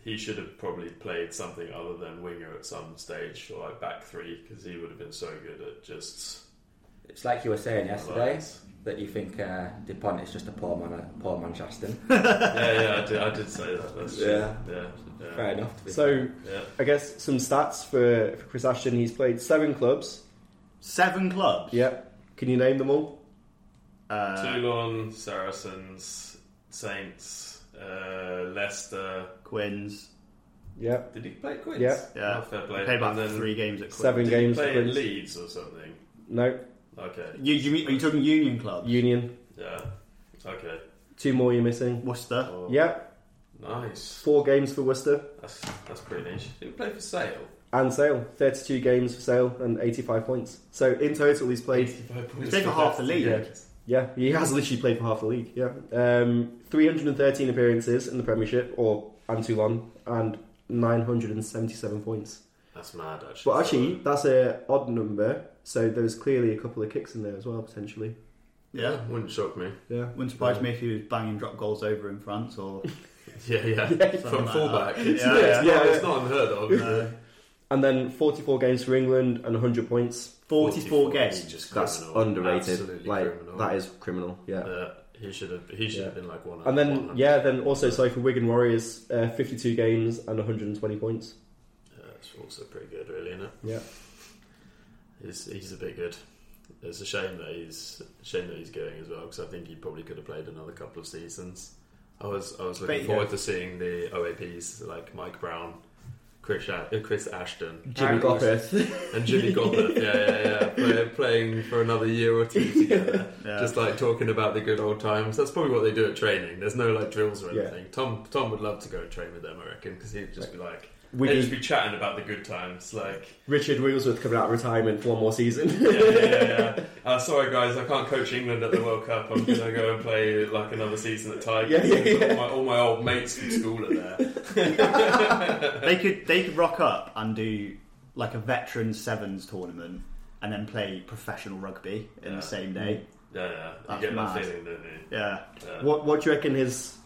[SPEAKER 7] he should have probably played something other than winger at some stage or like back three because he would have been so good at just
[SPEAKER 8] It's like you were saying yesterday
[SPEAKER 7] Right.
[SPEAKER 8] that you think uh, Dupont is just a poor man, a poor man, Justin.
[SPEAKER 7] yeah yeah I did, I did say that that's true.
[SPEAKER 8] Yeah.
[SPEAKER 7] yeah yeah
[SPEAKER 8] Fair enough. To be
[SPEAKER 6] So,
[SPEAKER 7] yeah.
[SPEAKER 6] I guess some stats for, for Chris Ashton. He's played seven clubs.
[SPEAKER 3] Seven clubs.
[SPEAKER 6] Yep. Can you name them all?
[SPEAKER 3] Uh,
[SPEAKER 7] Toulon Saracens Saints uh, Leicester
[SPEAKER 3] Quins.
[SPEAKER 6] Yep.
[SPEAKER 7] did he play Quinns
[SPEAKER 6] Yeah.
[SPEAKER 3] Yeah.
[SPEAKER 7] Oh, fair play
[SPEAKER 3] Played about
[SPEAKER 7] And then-
[SPEAKER 3] three games at Quins.
[SPEAKER 6] Seven
[SPEAKER 7] Did
[SPEAKER 6] games.
[SPEAKER 7] he
[SPEAKER 6] for
[SPEAKER 7] play in
[SPEAKER 6] Quinns.
[SPEAKER 7] Leeds or something?
[SPEAKER 6] No.
[SPEAKER 7] Okay.
[SPEAKER 3] You, you mean, are you talking Union clubs?
[SPEAKER 6] Union.
[SPEAKER 7] Yeah. Okay.
[SPEAKER 6] Two more you're missing.
[SPEAKER 3] Worcester.
[SPEAKER 7] Oh,
[SPEAKER 6] Yep.
[SPEAKER 7] Nice.
[SPEAKER 6] Four games for Worcester.
[SPEAKER 7] That's that's pretty niche. Did he play for Sale?
[SPEAKER 6] and Sale. 32 games for Sale and 85 points. So in total, he's played.
[SPEAKER 3] He's played for half the league.
[SPEAKER 6] Yeah. Yeah, he has literally played for half the league. Yeah, um, 313 appearances in the Premiership or and Toulon, and 977 points.
[SPEAKER 7] That's mad, actually.
[SPEAKER 6] But actually, that's a odd number. So there's clearly a couple of kicks in there as well potentially.
[SPEAKER 3] Yeah.
[SPEAKER 7] wouldn't shock me.
[SPEAKER 6] Yeah,
[SPEAKER 3] Wouldn't surprise me if he was banging drop goals over in France or
[SPEAKER 7] Yeah, yeah. From
[SPEAKER 3] like
[SPEAKER 7] fullback.
[SPEAKER 3] that.
[SPEAKER 7] It's,
[SPEAKER 3] Yeah,
[SPEAKER 7] it's
[SPEAKER 6] yeah.
[SPEAKER 7] not, it's not unheard of.
[SPEAKER 3] uh,
[SPEAKER 6] and then 44 games for England and 100 points.
[SPEAKER 3] 44 games.
[SPEAKER 7] is Just
[SPEAKER 6] That's
[SPEAKER 7] criminal.
[SPEAKER 6] underrated.
[SPEAKER 7] Absolutely
[SPEAKER 6] like
[SPEAKER 7] criminal.
[SPEAKER 6] that is criminal. Yeah.
[SPEAKER 7] Uh, he should have. He should
[SPEAKER 6] Yeah.
[SPEAKER 7] have been like one.
[SPEAKER 6] and then
[SPEAKER 7] 100.
[SPEAKER 6] yeah, then also sorry for Wigan Warriors, uh, 52 games and 120 points.
[SPEAKER 7] Uh, it's also pretty good, really, isn't it?
[SPEAKER 6] Yeah.
[SPEAKER 7] He's, he's a bit good. It's a shame that he's shame that he's going as well because I think he probably could have played another couple of seasons. I was I was looking
[SPEAKER 3] But,
[SPEAKER 7] forward to seeing the OAPs like Mike Brown, Chris, Ash- uh, Chris Ashton,
[SPEAKER 6] Jimmy Goppeth.
[SPEAKER 7] and Jimmy Goppert. Yeah, yeah, yeah. Play, playing for another year or two together,
[SPEAKER 3] Yeah.
[SPEAKER 7] just like talking about the good old times. That's probably what they do at training. There's no like drills or
[SPEAKER 6] Yeah.
[SPEAKER 7] anything. Tom Tom would love to go and train with them, I reckon, because he'd just be like.
[SPEAKER 6] Would
[SPEAKER 7] They'd
[SPEAKER 6] he-
[SPEAKER 7] just be chatting about the good times, like
[SPEAKER 6] Richard Wigglesworth coming out of retirement for one more season.
[SPEAKER 7] yeah, yeah, yeah. Uh, sorry, guys, I can't coach England at the World Cup. I'm going to go and play like another season at Tigers.
[SPEAKER 6] Yeah, yeah, yeah.
[SPEAKER 7] All, my, all my old mates from school are there.
[SPEAKER 3] they could they could rock up and do like a veteran sevens tournament and then play professional rugby in
[SPEAKER 7] Yeah.
[SPEAKER 3] the same day.
[SPEAKER 7] Yeah, yeah. You
[SPEAKER 3] That's
[SPEAKER 7] get
[SPEAKER 3] mad.
[SPEAKER 7] that feeling, don't you?
[SPEAKER 3] Yeah.
[SPEAKER 6] What What do you reckon his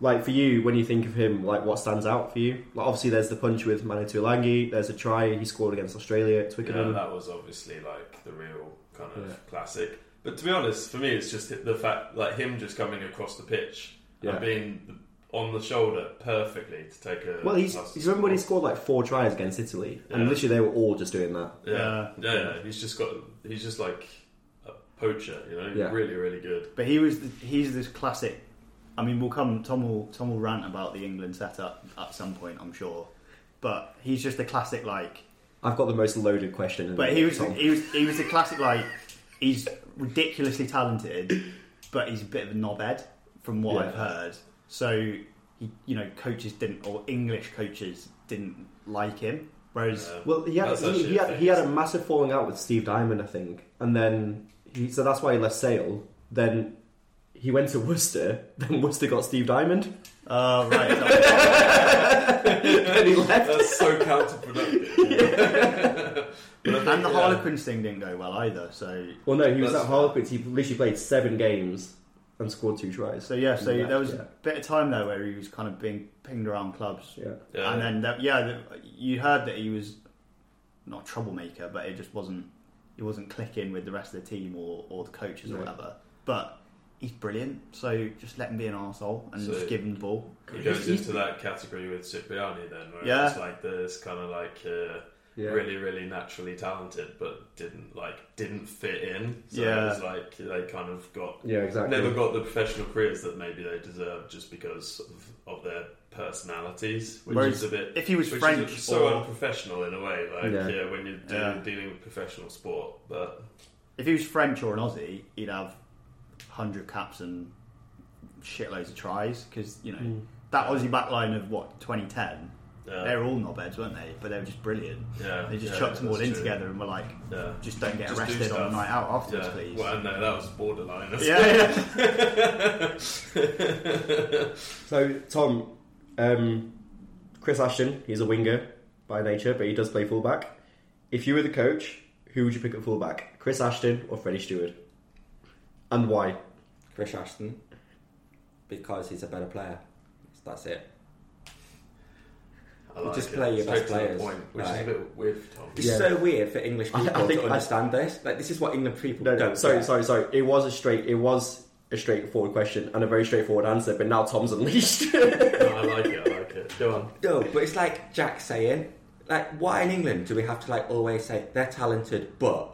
[SPEAKER 6] like for you when you think of him? Like what stands out for you? Like obviously there's the punch with Manitou Langi. There's a try he scored against Australia at
[SPEAKER 7] Yeah,
[SPEAKER 6] Twickenham.
[SPEAKER 7] that was obviously like the real kind of
[SPEAKER 6] Yeah.
[SPEAKER 7] classic. But to be honest, for me, it's just the fact like him just coming across the pitch
[SPEAKER 6] Yeah.
[SPEAKER 7] and being on the shoulder perfectly to take a.
[SPEAKER 6] well, he's,
[SPEAKER 7] pass.
[SPEAKER 6] he's remember when he scored like four tries against Italy, and
[SPEAKER 7] Yeah.
[SPEAKER 6] literally they were all just doing that.
[SPEAKER 7] Yeah, yeah, yeah. He's just got. He's just like a poacher, you know.
[SPEAKER 6] Yeah.
[SPEAKER 7] Really, really good.
[SPEAKER 3] But he was he's this classic. I mean, we'll come. Tom will Tom will rant about the England setup at some point, I'm sure. But he's just a classic like.
[SPEAKER 6] I've got the most loaded question. in
[SPEAKER 3] But
[SPEAKER 6] the
[SPEAKER 3] he was
[SPEAKER 6] Tom.
[SPEAKER 3] he was he was a classic like. He's ridiculously talented, but he's a bit of a knobhead from what
[SPEAKER 6] Yeah.
[SPEAKER 3] I've heard. So he, you know, coaches didn't or English coaches didn't like him. Whereas
[SPEAKER 7] Yeah.
[SPEAKER 6] Well, he had,
[SPEAKER 7] Um, That's
[SPEAKER 6] he,
[SPEAKER 7] actually
[SPEAKER 6] he
[SPEAKER 7] a
[SPEAKER 6] had,
[SPEAKER 7] thing,
[SPEAKER 6] he had a
[SPEAKER 7] isn't it?
[SPEAKER 6] massive falling out with Steve Diamond, I think, and then he, so that's why he left Sale. Then he went to Worcester. Then Worcester got Steve Diamond,
[SPEAKER 3] oh right,
[SPEAKER 6] and he left.
[SPEAKER 7] That's so counterproductive. But I think,
[SPEAKER 3] and the
[SPEAKER 7] yeah,
[SPEAKER 3] Harlequins thing didn't go well either. So
[SPEAKER 6] Well, no, he was
[SPEAKER 7] That's-
[SPEAKER 6] at Harlequins. He literally played seven games and scored two tries.
[SPEAKER 3] so yeah, so
[SPEAKER 6] Yeah,
[SPEAKER 3] there was
[SPEAKER 6] yeah.
[SPEAKER 3] a bit of time there where he was kind of being pinged around clubs.
[SPEAKER 6] yeah,
[SPEAKER 7] Yeah.
[SPEAKER 3] And then, that, yeah, the, you heard that he was not a troublemaker, but it just wasn't. He wasn't clicking with the rest of the team or, or the coaches
[SPEAKER 6] No.
[SPEAKER 3] or whatever. But he's brilliant, so just let him be an arsehole and
[SPEAKER 7] So-
[SPEAKER 3] just give him the ball.
[SPEAKER 7] he goes into that category with Cipriani then, where
[SPEAKER 3] Yeah.
[SPEAKER 7] it's like this kind of like uh,
[SPEAKER 6] Yeah.
[SPEAKER 7] really, really naturally talented, but didn't like didn't fit in. So
[SPEAKER 3] Yeah.
[SPEAKER 7] it was like they kind of got
[SPEAKER 6] yeah, exactly.
[SPEAKER 7] never got the professional careers that maybe they deserve just because of, of their personalities, which
[SPEAKER 3] Whereas
[SPEAKER 7] is a bit
[SPEAKER 3] if he was
[SPEAKER 7] which is
[SPEAKER 3] French
[SPEAKER 7] so
[SPEAKER 3] or-
[SPEAKER 7] unprofessional in a way. Like
[SPEAKER 6] Yeah.
[SPEAKER 7] yeah, when you're de-
[SPEAKER 3] Yeah.
[SPEAKER 7] dealing with professional sport, but
[SPEAKER 3] If he was French or an Aussie, he'd have hundred caps and shitloads of tries because you know
[SPEAKER 6] Hmm.
[SPEAKER 3] that Aussie backline of what 2010.
[SPEAKER 7] Yeah.
[SPEAKER 3] They were all knobheads, weren't they? But they were just brilliant.
[SPEAKER 7] uh, Yeah,
[SPEAKER 3] they just
[SPEAKER 7] yeah,
[SPEAKER 3] chucked them all
[SPEAKER 7] that's
[SPEAKER 3] in
[SPEAKER 7] true.
[SPEAKER 3] together and were like,
[SPEAKER 7] Yeah.
[SPEAKER 3] just don't get
[SPEAKER 7] Just do
[SPEAKER 3] arrested on a
[SPEAKER 7] stuff.
[SPEAKER 3] night out afterwards,
[SPEAKER 7] yeah.
[SPEAKER 3] please.
[SPEAKER 7] Well, no, that was borderline.
[SPEAKER 3] yeah, yeah.
[SPEAKER 6] So Tom, um, Chris Ashton, he's a winger by nature, but he does play fullback. If you were the coach, who would you pick at fullback? Chris Ashton or Freddie Stewart? And why?
[SPEAKER 8] Chris Ashton because he's a better player. That's it.
[SPEAKER 7] I like
[SPEAKER 8] Just
[SPEAKER 7] it.
[SPEAKER 8] play your
[SPEAKER 7] Straight
[SPEAKER 8] best
[SPEAKER 7] to the
[SPEAKER 8] players.
[SPEAKER 7] point, which
[SPEAKER 8] Like-
[SPEAKER 7] is a bit weird for Tom.
[SPEAKER 8] It's
[SPEAKER 6] Yeah.
[SPEAKER 8] so weird for English people
[SPEAKER 6] I think
[SPEAKER 8] to
[SPEAKER 6] I-
[SPEAKER 8] understand this. Like this is what English people
[SPEAKER 6] No, no,
[SPEAKER 8] don't.
[SPEAKER 6] sorry,
[SPEAKER 8] get.
[SPEAKER 6] sorry, sorry. It was a straight, it was a straightforward question and a very straightforward answer. But now Tom's unleashed.
[SPEAKER 7] No, I like it, I like it. Go on.
[SPEAKER 8] No, but it's like Jack saying, like, why in England do we have to like always say they're talented but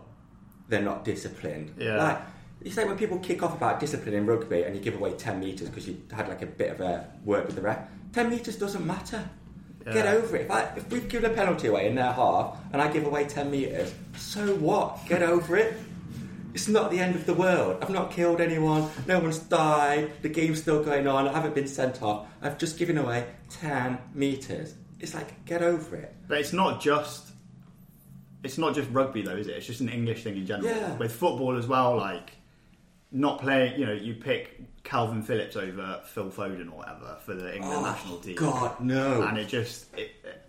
[SPEAKER 8] they're not disciplined?
[SPEAKER 3] Yeah.
[SPEAKER 8] Like, you say when people kick off about discipline in rugby and you give away ten meters because you had like a bit of a word with the ref. Ten meters doesn't matter. Get
[SPEAKER 3] Yeah.
[SPEAKER 8] over it. If, I, if we've given a penalty away in their half and I give away ten meters, so what? Get over it. It's not the end of the world. I've not killed anyone. No one's died. The game's still going on. I haven't been sent off. I've just given away 10 metres. It's like get over it.
[SPEAKER 3] But it's not just it's not just rugby though, is it? It's just an English thing in general.
[SPEAKER 8] Yeah.
[SPEAKER 3] With football as well, like not playing, you know, you pick Calvin Phillips over Phil Foden or whatever for the England
[SPEAKER 7] Oh,
[SPEAKER 3] national team.
[SPEAKER 8] Oh, God, no.
[SPEAKER 3] And it just it, it-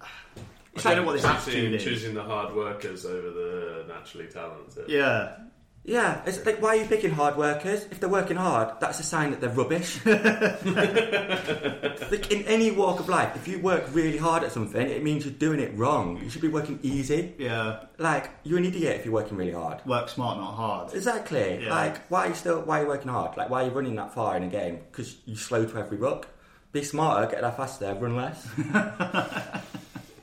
[SPEAKER 7] It's
[SPEAKER 3] I don't know what this
[SPEAKER 7] choosing,
[SPEAKER 3] attitude is.
[SPEAKER 7] choosing the hard workers over the naturally talented.
[SPEAKER 3] Yeah.
[SPEAKER 8] Yeah, it's like why are you picking hard workers? If they're working hard, that's a sign that they're rubbish. like in any walk of life, if you work really hard at something, it means you're doing it wrong. You should be working easy.
[SPEAKER 3] Yeah.
[SPEAKER 8] Like you're an idiot if you're working really hard.
[SPEAKER 3] Work smart, not hard.
[SPEAKER 8] Exactly.
[SPEAKER 3] Yeah.
[SPEAKER 8] Like why are you still why are you working hard? Like why are you running that far in a game? Because you're slow to every ruck. Be smarter, get there faster, run less.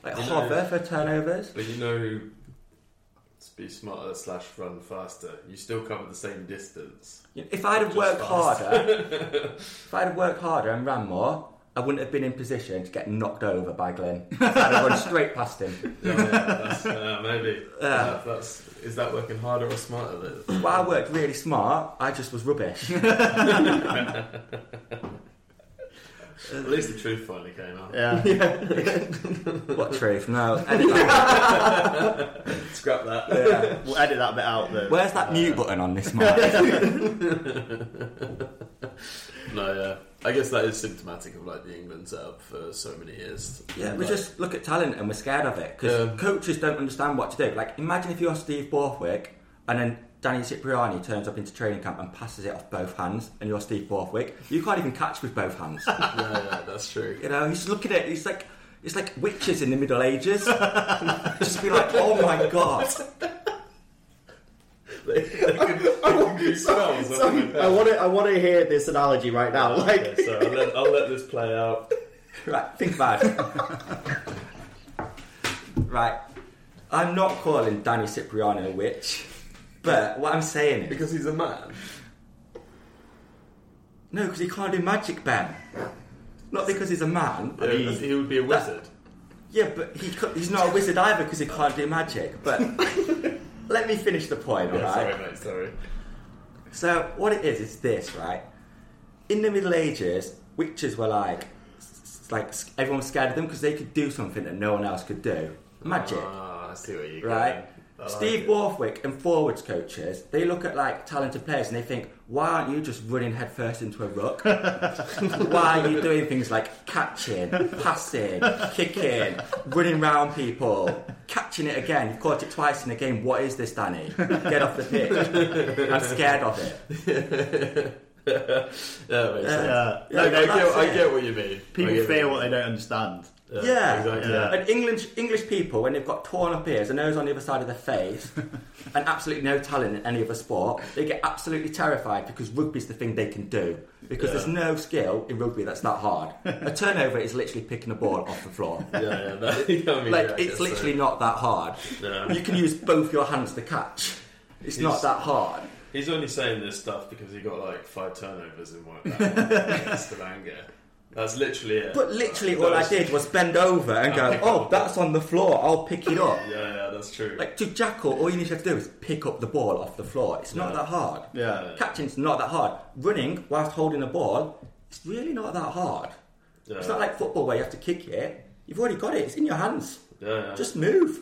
[SPEAKER 8] like hover for turnovers.
[SPEAKER 7] But you know, to be smarter slash run faster, you still cover the same distance.
[SPEAKER 8] If I'd have
[SPEAKER 7] Just
[SPEAKER 8] worked
[SPEAKER 7] fast.
[SPEAKER 8] harder, if I'd have worked harder and ran more, I wouldn't have been in position to get knocked over by Glenn. I'd have run straight past him.
[SPEAKER 7] Yeah, yeah, that's, uh, maybe. That- that's, is that working harder or smarter? That,
[SPEAKER 8] But I worked really smart. I just was rubbish.
[SPEAKER 7] at least the truth finally came out.
[SPEAKER 3] Yeah.
[SPEAKER 8] what truth? No. Anyway,
[SPEAKER 7] Scrap that.
[SPEAKER 8] yeah.
[SPEAKER 3] We'll edit that bit out though.
[SPEAKER 8] Where's that mute button on this mic?
[SPEAKER 7] No, yeah. I guess that is symptomatic of like the England setup for so many years.
[SPEAKER 8] Yeah, we
[SPEAKER 7] Like,
[SPEAKER 8] just look at talent and we're scared of it because
[SPEAKER 7] Yeah.
[SPEAKER 8] coaches don't understand what to do. Like, imagine if you're Steve Borthwick and then Danny Cipriani turns up into training camp and passes it off both hands, and you're Steve Borthwick. You can't even catch with both hands.
[SPEAKER 7] Yeah, yeah, that's true.
[SPEAKER 8] You know, he's looking at it. He's like, it's like witches in the Middle Ages. Just be like, oh my god.
[SPEAKER 7] They, they could, they could do spells.
[SPEAKER 6] So, I want to I want to hear this analogy right now. Like,
[SPEAKER 7] Okay, so I'll let, I'll let this play out.
[SPEAKER 8] Right, think about it. right, I'm not calling Danny Cipriano a witch, but what I'm saying is
[SPEAKER 7] Because he's a man.
[SPEAKER 8] no, because he can't do magic, Ben. Not because he's a man.
[SPEAKER 7] Yeah,
[SPEAKER 3] mean-
[SPEAKER 7] he would be a wizard.
[SPEAKER 8] Yeah, but he, c- he's not a wizard either because he can't do magic. But let me finish the point,
[SPEAKER 7] Yeah,
[SPEAKER 8] alright?
[SPEAKER 7] sorry, mate, sorry.
[SPEAKER 8] So what it is is this, right? In the Middle Ages, witches were like, s- s- like s- everyone was scared of them because they could do something that no one else could do, magic,
[SPEAKER 7] Ah, I see where you're
[SPEAKER 8] right?
[SPEAKER 7] going. I like
[SPEAKER 8] Steve
[SPEAKER 7] it.
[SPEAKER 8] Borthwick and forwards coaches, they look at like talented players and they think, why aren't you just running headfirst into a ruck? why are you doing things like catching, passing, kicking, running round people, catching it again? You've caught it twice in a game. What is this, Danny? Get off the pitch. I'm scared of it.
[SPEAKER 7] Yeah, that makes sense.
[SPEAKER 3] yeah.
[SPEAKER 8] Yeah,
[SPEAKER 3] uh, No,
[SPEAKER 7] I,
[SPEAKER 3] no,
[SPEAKER 8] that's
[SPEAKER 7] get, I
[SPEAKER 8] it.
[SPEAKER 7] get what you mean. I
[SPEAKER 3] people
[SPEAKER 7] get
[SPEAKER 3] fear
[SPEAKER 7] you
[SPEAKER 3] what they don't understand.
[SPEAKER 7] mean.
[SPEAKER 8] Yeah.
[SPEAKER 7] exactly.
[SPEAKER 3] Yeah.
[SPEAKER 8] And English English people, when they've got torn up ears, a nose on the other side of their face, and absolutely no talent in any other sport, they get absolutely terrified because rugby's the thing they can do. Because there's no skill in rugby that's that hard. a turnover is literally picking a ball off the floor.
[SPEAKER 7] Yeah, yeah, that, you know what I mean?
[SPEAKER 8] Like
[SPEAKER 7] Yeah, I guess
[SPEAKER 8] it's
[SPEAKER 7] so.
[SPEAKER 8] literally not that hard.
[SPEAKER 7] Yeah.
[SPEAKER 8] You can use both your hands to catch. It's not
[SPEAKER 7] He's-
[SPEAKER 8] that hard.
[SPEAKER 7] He's only saying this stuff because he got like five turnovers in one against Stavanger. That's literally it.
[SPEAKER 8] But literally,
[SPEAKER 7] That
[SPEAKER 8] all I
[SPEAKER 7] was-
[SPEAKER 8] did was bend over and go, "Oh, that's on the floor. I'll pick it up."
[SPEAKER 7] Yeah, yeah, that's true.
[SPEAKER 8] Like to jackal, all you need to have to do is pick up the ball off the floor. It's not that hard.
[SPEAKER 3] Yeah.
[SPEAKER 8] Catching's not that hard. Running whilst holding a ball, it's really not that hard.
[SPEAKER 7] yeah.
[SPEAKER 8] It's not like football where you have to kick it. You've already got it. It's in your hands.
[SPEAKER 7] yeah, yeah.
[SPEAKER 8] Just move.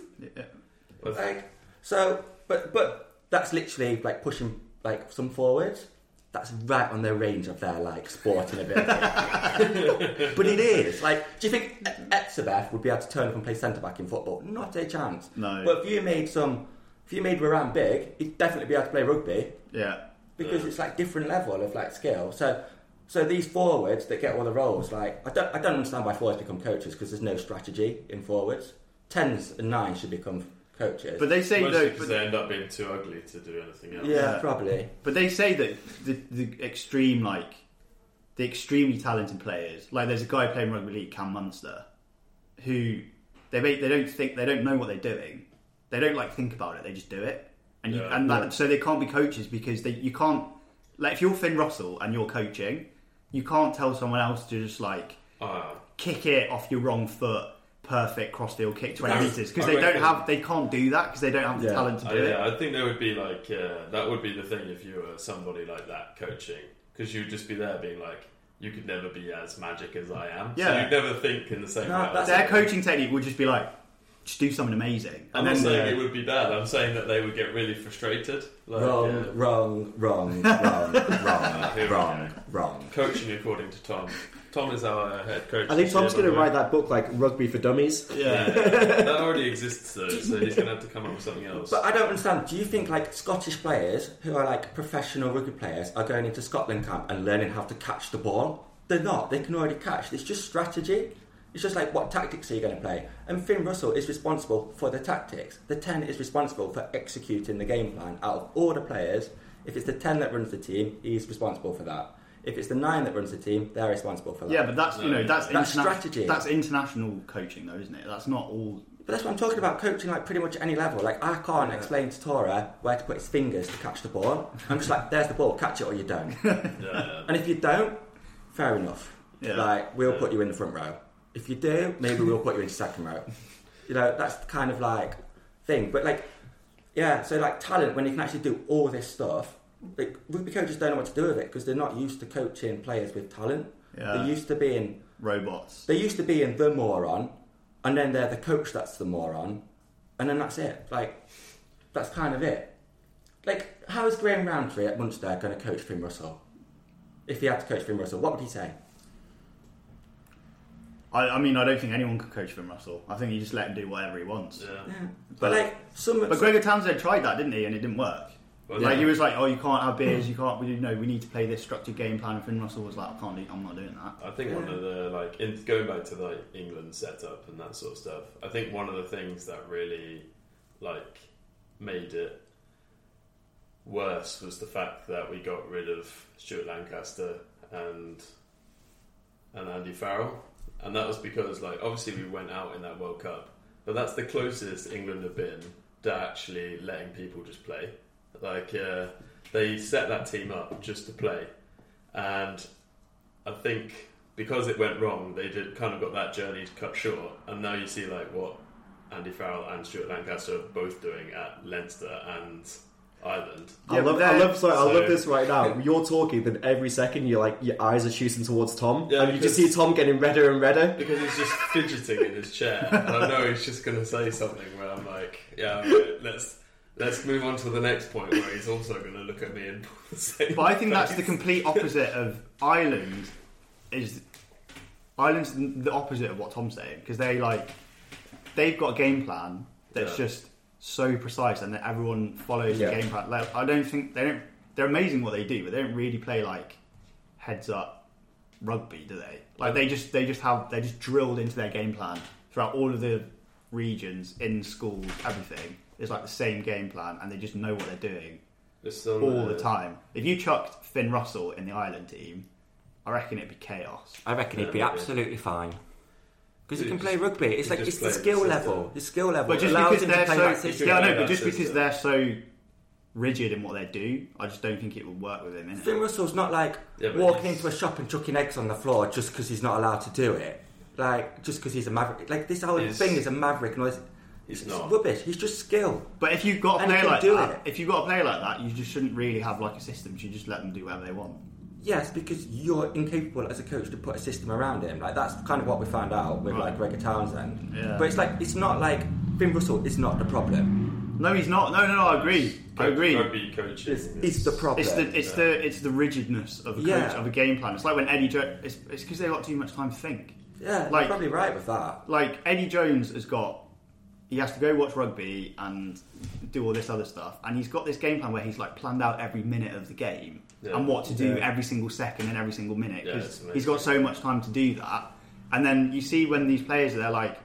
[SPEAKER 7] But-
[SPEAKER 8] Like so, but but that's literally like pushing like some forwards. That's right on their range of their like sporting ability. but it is like, do you think E- Etzebeth would be able to turn up and play centre back in football? Not a chance.
[SPEAKER 3] No.
[SPEAKER 8] But if you made some, if you made Moran big, he'd definitely be able to play rugby
[SPEAKER 3] Yeah.
[SPEAKER 8] because it's like different level of like skill. So. So these forwards that get all the roles, like I don't, I don't understand why forwards become coaches because there's no strategy in forwards. Tens and nines should become coaches.
[SPEAKER 3] But they say
[SPEAKER 7] Mostly
[SPEAKER 3] though. But,
[SPEAKER 7] because they end up being too ugly to do anything else.
[SPEAKER 8] Yeah,
[SPEAKER 3] Yeah.
[SPEAKER 8] probably.
[SPEAKER 3] But they say that the, the extreme, like, the extremely talented players, like there's a guy playing rugby league, Cam Munster, who they make, they don't think they don't know what they're doing. They don't like think about it. They just do it, and you,
[SPEAKER 7] Yeah.
[SPEAKER 3] and that, so they can't be coaches because they you can't like if you're Finn Russell and you're coaching, you can't tell someone else to just like
[SPEAKER 7] Ah,
[SPEAKER 3] kick it off your wrong foot. Perfect crossfield kick
[SPEAKER 7] I-
[SPEAKER 3] twenty meters because
[SPEAKER 7] I
[SPEAKER 3] they don't
[SPEAKER 7] reckon-
[SPEAKER 3] have they can't do that because they don't have the
[SPEAKER 8] Yeah.
[SPEAKER 3] talent to
[SPEAKER 7] I-
[SPEAKER 3] do it.
[SPEAKER 7] Oh, yeah, I think there would be like uh, that would be the thing if you were somebody like that coaching because you'd just be there being like, you could never be as magic as I am. So
[SPEAKER 3] Yeah.
[SPEAKER 7] you'd never think in the same
[SPEAKER 8] No,
[SPEAKER 7] way.
[SPEAKER 8] that's-
[SPEAKER 3] Their coaching technique would just be like, just do something amazing.
[SPEAKER 7] I'm not saying
[SPEAKER 3] uh,
[SPEAKER 7] it would be bad. I'm saying that they would get really frustrated. Like, uh,
[SPEAKER 8] Wrong,
[SPEAKER 7] yeah.
[SPEAKER 8] Um, wrong, wrong, wrong,
[SPEAKER 7] Here
[SPEAKER 8] wrong,
[SPEAKER 7] we
[SPEAKER 8] wrong,
[SPEAKER 7] go.
[SPEAKER 8] wrong.
[SPEAKER 7] Coaching according to Tom. Tom is our head coach.
[SPEAKER 6] I think
[SPEAKER 7] this year,
[SPEAKER 6] Tom's
[SPEAKER 7] by
[SPEAKER 6] going to
[SPEAKER 7] the way.
[SPEAKER 6] write that book like Rugby for Dummies.
[SPEAKER 7] Yeah,
[SPEAKER 3] yeah.
[SPEAKER 7] that already exists though, so he's going to have to come up with something else.
[SPEAKER 8] But I don't understand. Do you think like Scottish players who are like professional rugby players are going into Scotland camp and learning how to catch the ball? They're not. They can already catch. It's just strategy. It's just like what tactics are you going to play? And Finn Russell is responsible for the tactics. The ten is responsible for executing the game plan. Out of all the players, if it's the ten that runs the team, he's responsible for that. If it's the nine that runs the team, they're responsible for that.
[SPEAKER 3] Yeah, but that's you know that's
[SPEAKER 8] That's
[SPEAKER 3] interna-
[SPEAKER 8] strategy.
[SPEAKER 3] That's international coaching, though, isn't it? That's not all.
[SPEAKER 8] But that's what I'm talking about, coaching like pretty much any level. Like I can't explain to Tora where to put his fingers to catch the ball. I'm just like, there's the ball, catch it or you don't.
[SPEAKER 7] Yeah.
[SPEAKER 8] and if you don't, fair enough.
[SPEAKER 3] Yeah.
[SPEAKER 8] Like we'll put you in the front row. If you do, maybe we'll put you in second row. You know, that's the kind of like thing. But like, yeah, so like talent when you can actually do all this stuff. Like rugby coaches don't know what to do with it because they're not used to coaching players with talent.
[SPEAKER 3] Yeah.
[SPEAKER 8] They're used to being
[SPEAKER 3] robots.
[SPEAKER 8] they used to be in the moron, and then they're the coach that's the moron, and then that's it. Like, that's kind of it. Like, how is Graham Roundtree at Munster going to coach Finn Russell? If he had to coach Finn Russell, what would he say?
[SPEAKER 3] I, I mean, I don't think anyone could coach Finn Russell. I think you just let him do whatever he wants.
[SPEAKER 7] Yeah.
[SPEAKER 8] But, like, some.
[SPEAKER 3] But Gregor Townsend tried that, didn't he? And it didn't work.
[SPEAKER 7] Well,
[SPEAKER 3] Like
[SPEAKER 7] yeah.
[SPEAKER 3] he was like, "Oh, you can't have beers. You can't. We you know we need to play this structured game plan." And Finn Russell was like, "I can't do. I'm not doing that."
[SPEAKER 7] I think one of the like in, going back to like England setup and that sort of stuff. I think one of the things that really like made it worse was the fact that we got rid of Stuart Lancaster and and Andy Farrell, and that was because like obviously we went out in that World Cup, but that's the closest England have been to actually letting people just play. Like uh, they set that team up just to play, and I think because it went wrong, they did kind of got that journey cut short, and now you see like what Andy Farrell and Stuart Lancaster are both doing at Leinster and Ireland.
[SPEAKER 6] I
[SPEAKER 3] Yeah,
[SPEAKER 6] love,
[SPEAKER 3] but
[SPEAKER 6] I
[SPEAKER 3] then-
[SPEAKER 6] love, sorry, I love
[SPEAKER 7] so-
[SPEAKER 6] this right now. You're talking, but every second you're like your eyes are shooting towards Tom,
[SPEAKER 7] Yeah,
[SPEAKER 6] and you just see
[SPEAKER 7] because-
[SPEAKER 6] Tom getting redder and redder.
[SPEAKER 7] Because he's just fidgeting in his chair, and I know he's just going to say something where I'm like, "Yeah, okay, let's let's move on to the next point where he's also going to look at me and." Say
[SPEAKER 3] But I think that's the complete opposite of Ireland. Is Ireland's the opposite of what Tom's saying because they like they've got a game plan that's
[SPEAKER 7] Yeah.
[SPEAKER 3] just so precise and that everyone follows
[SPEAKER 6] Yeah.
[SPEAKER 3] the game plan. Like, I don't think they don't. They're amazing what they do, but they don't really play like heads up rugby, do they? Like they just they just have they're just drilled into their game plan throughout all of the regions in schools, everything. It's like the same game plan, and they just know what they're doing
[SPEAKER 7] Just on
[SPEAKER 3] all the time. If you chucked Finn Russell in the Ireland team, I reckon it'd be chaos.
[SPEAKER 8] I reckon he'd be
[SPEAKER 7] Yeah, maybe.
[SPEAKER 8] absolutely fine. Because he
[SPEAKER 7] He
[SPEAKER 8] can
[SPEAKER 7] just-
[SPEAKER 8] play rugby. It's
[SPEAKER 7] he
[SPEAKER 8] like
[SPEAKER 7] just
[SPEAKER 8] it's the
[SPEAKER 7] plays the
[SPEAKER 8] skill
[SPEAKER 7] system.
[SPEAKER 8] level. The skill level
[SPEAKER 3] But just
[SPEAKER 8] allows
[SPEAKER 3] because
[SPEAKER 8] him to play
[SPEAKER 3] they're
[SPEAKER 8] that
[SPEAKER 3] so
[SPEAKER 8] system.
[SPEAKER 3] yeah, no,
[SPEAKER 7] Yeah,
[SPEAKER 3] but just
[SPEAKER 7] that's
[SPEAKER 3] because
[SPEAKER 7] it.
[SPEAKER 3] they're so rigid in what they do, I just don't think it would work with him.
[SPEAKER 8] Finn
[SPEAKER 3] Innit?
[SPEAKER 8] Russell's not like
[SPEAKER 7] Yeah, but
[SPEAKER 8] walking
[SPEAKER 7] he's-
[SPEAKER 8] into a shop and chucking eggs on the floor just because he's not allowed to do it. Like just because he's a maverick. Like this whole
[SPEAKER 7] He's-
[SPEAKER 8] thing is a maverick. And all this.
[SPEAKER 7] He's
[SPEAKER 8] it's
[SPEAKER 7] not.
[SPEAKER 8] rubbish. He's just skill.
[SPEAKER 3] But if you've got a
[SPEAKER 8] And he
[SPEAKER 3] player
[SPEAKER 8] can
[SPEAKER 3] like
[SPEAKER 8] do
[SPEAKER 3] that,
[SPEAKER 8] it.
[SPEAKER 3] if you've got a player like that, you just shouldn't really have like a system. You should just let them do whatever they want.
[SPEAKER 8] Yes, because you're incapable as a coach to put a system around him. Like that's kind of what we found out with like
[SPEAKER 3] Right.
[SPEAKER 8] Gregor Townsend.
[SPEAKER 3] Yeah.
[SPEAKER 8] But it's like it's not like Finn Russell is not the problem.
[SPEAKER 3] No, he's not. No, no, no. I agree. I agree.
[SPEAKER 7] Rugby coaching
[SPEAKER 8] It's, it's the problem.
[SPEAKER 3] It's the it's the it's the rigidness of a coach
[SPEAKER 8] Yeah.
[SPEAKER 3] of a game plan. It's like when Eddie Jones. It's it's because they've got too much time to think.
[SPEAKER 8] yeah, you're
[SPEAKER 3] like-
[SPEAKER 8] probably right with that.
[SPEAKER 3] like Eddie Jones has got he has to go watch rugby and do all this other stuff and he's got this game plan where he's like planned out every minute of the game
[SPEAKER 7] Yeah.
[SPEAKER 3] and what to do
[SPEAKER 6] Yeah.
[SPEAKER 3] every single second and every single minute
[SPEAKER 7] Yeah,
[SPEAKER 3] because
[SPEAKER 7] it's amazing.
[SPEAKER 3] he's got so much time to do that and then you see when these players are there like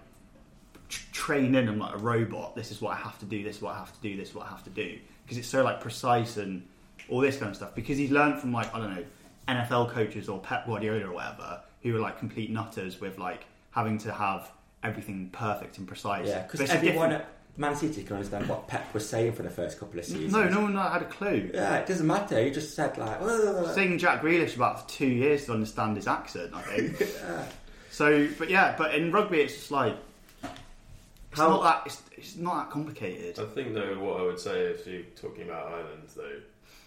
[SPEAKER 3] tr- train in them like a robot this is what I have to do this is what I have to do this is what I have to do because it's so like precise and all this kind of stuff because he's learned from like I don't know NFL coaches or Pep Guardiola or whatever who are like complete nutters with like having to have everything perfect and precise.
[SPEAKER 8] Yeah,
[SPEAKER 3] But
[SPEAKER 8] because
[SPEAKER 3] it's
[SPEAKER 8] everyone
[SPEAKER 3] different-
[SPEAKER 8] at Man City can understand what Pep was saying for the first couple of seasons.
[SPEAKER 3] No, no one had a clue.
[SPEAKER 8] Yeah, it doesn't matter. He just said like, "Ugh."
[SPEAKER 3] Seeing Jack Grealish about two years to understand his accent, I think. So, but yeah, but in rugby, it's just like it's
[SPEAKER 6] How-
[SPEAKER 3] not that it's, it's not that complicated.
[SPEAKER 7] I think though, what I would say if you're talking about Ireland, though,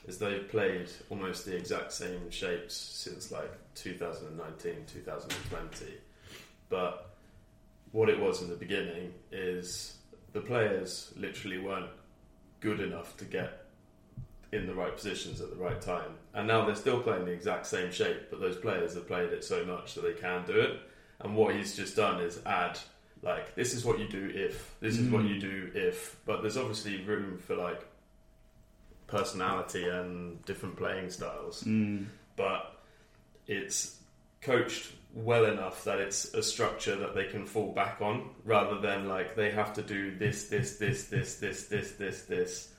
[SPEAKER 7] is they've played almost the exact same shapes since like 2019, 2020. But what it was in the beginning is the players literally weren't good enough to get in the right positions at the right time. And now they're still playing the exact same shape, but those players have played it so much that they can do it. And what he's just done is add like this is what you do if this is what you do if but there's obviously room for like personality and different playing styles. But it's coached well enough that it's a structure that they can fall back on rather than like they have to do this, this, this, this, this, this, this, this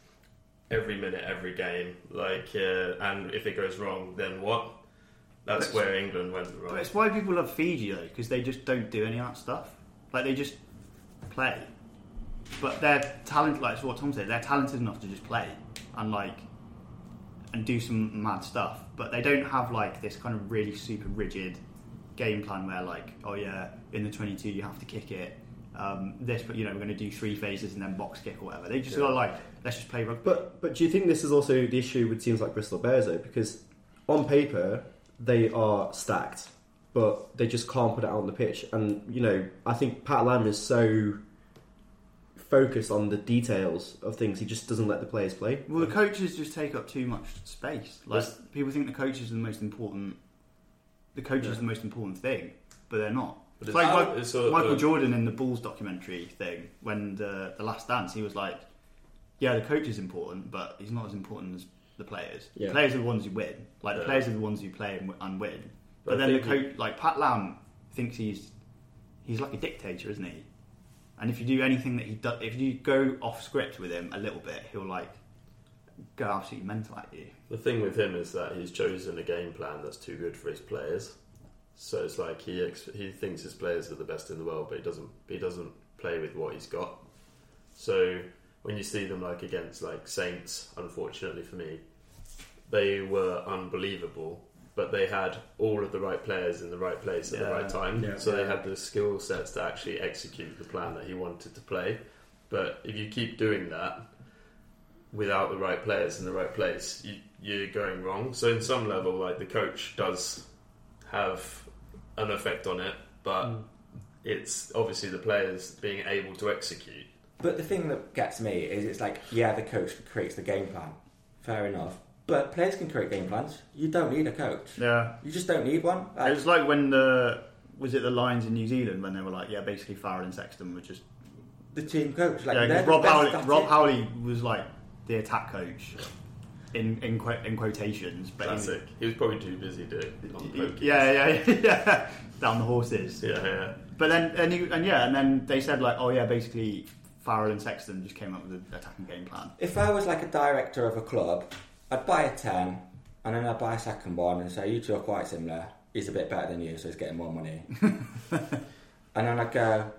[SPEAKER 7] every minute, every game. Like, uh, and if it goes wrong, then what? That's where England went wrong.
[SPEAKER 3] But it's why people love Fiji though, because they just don't do any of that stuff. Like they just play. But they're talented. Like it's what Tom said. They're talented enough to just play and like and do some mad stuff. But they don't have like this kind of really super rigid game plan where like, oh yeah, in the twenty-two you have to kick it. Um, this, but you know, we're going to do three phases and then box kick or whatever. They just
[SPEAKER 6] Yeah.
[SPEAKER 3] are like, let's just play rugby.
[SPEAKER 6] But but do you think this is also the issue with teams like Bristol Bears though? Because on paper they are stacked, but they just can't put it out on the pitch. And you know, I think Pat Lam is so focused on the details of things, he just doesn't let the players play.
[SPEAKER 3] Well, the coaches just take up too much space. Like
[SPEAKER 6] Yes.
[SPEAKER 3] people think the coaches are the most important. The coaches
[SPEAKER 7] Yeah.
[SPEAKER 3] is the most important thing, but they're not.
[SPEAKER 7] But
[SPEAKER 3] it's
[SPEAKER 7] it's-
[SPEAKER 3] like
[SPEAKER 7] oh,
[SPEAKER 3] Mi-
[SPEAKER 7] it's sort of-
[SPEAKER 3] Michael
[SPEAKER 7] uh,
[SPEAKER 3] Jordan in the Bulls documentary thing when the the Last Dance. He was like, "Yeah, the coach is important, but he's not as important as the players.
[SPEAKER 6] Yeah.
[SPEAKER 3] The players are the ones who win. Like the
[SPEAKER 7] Yeah.
[SPEAKER 3] players are the ones who play and, w- and win. But,
[SPEAKER 7] But I
[SPEAKER 3] then the
[SPEAKER 7] think
[SPEAKER 3] coach, like Pat Lam, thinks he's he's like a dictator, isn't he? And if you do anything that he does, if you go off script with him a little bit, he'll like go absolutely mental at you.
[SPEAKER 7] The thing with him is that he's chosen a game plan that's too good for his players. So it's like he ex- he thinks his players are the best in the world, but he doesn't he doesn't play with what he's got. So when you see them like against like Saints, unfortunately for me, they were unbelievable. But they had all of the right players in the right place at the
[SPEAKER 3] Yeah.
[SPEAKER 7] right time.
[SPEAKER 6] Yeah.
[SPEAKER 7] so they had the skill sets to actually execute the plan that he wanted to play. But if you keep doing that, without the right players in the right place, you, you're going wrong. So, in some level, like the coach does have an effect on it, but
[SPEAKER 3] Hmm.
[SPEAKER 7] it's obviously the players being able to execute.
[SPEAKER 8] But the thing that gets me is it's like, yeah, the coach creates the game plan. Fair enough. But players can create game plans. You don't need a coach.
[SPEAKER 3] Yeah,
[SPEAKER 8] You just don't need one.
[SPEAKER 3] it
[SPEAKER 8] Like,
[SPEAKER 3] was like when the was it the Lions in New Zealand when they were like, yeah, basically Farrell and Sexton were just
[SPEAKER 8] the team coach. Like,
[SPEAKER 3] yeah,
[SPEAKER 8] they're
[SPEAKER 3] 'cause
[SPEAKER 8] the
[SPEAKER 3] Rob
[SPEAKER 8] best
[SPEAKER 3] Howley,
[SPEAKER 8] at
[SPEAKER 3] Rob
[SPEAKER 8] it.
[SPEAKER 3] Howley was like the attack coach in in, quote, in quotations, but in-
[SPEAKER 7] Classic. He was probably too busy doing on pokies.
[SPEAKER 3] yeah, yeah, yeah, yeah, down the horses.
[SPEAKER 7] Yeah, yeah.
[SPEAKER 3] But then, and, you, and yeah, and then they said like, oh yeah, basically Farrell and Sexton just came up with an attacking game plan.
[SPEAKER 8] If I was like a director of a club, I'd buy a 10 and then I'd buy a second one and say, you two are quite similar. He's a bit better than you, so he's getting more money. and then I'd go,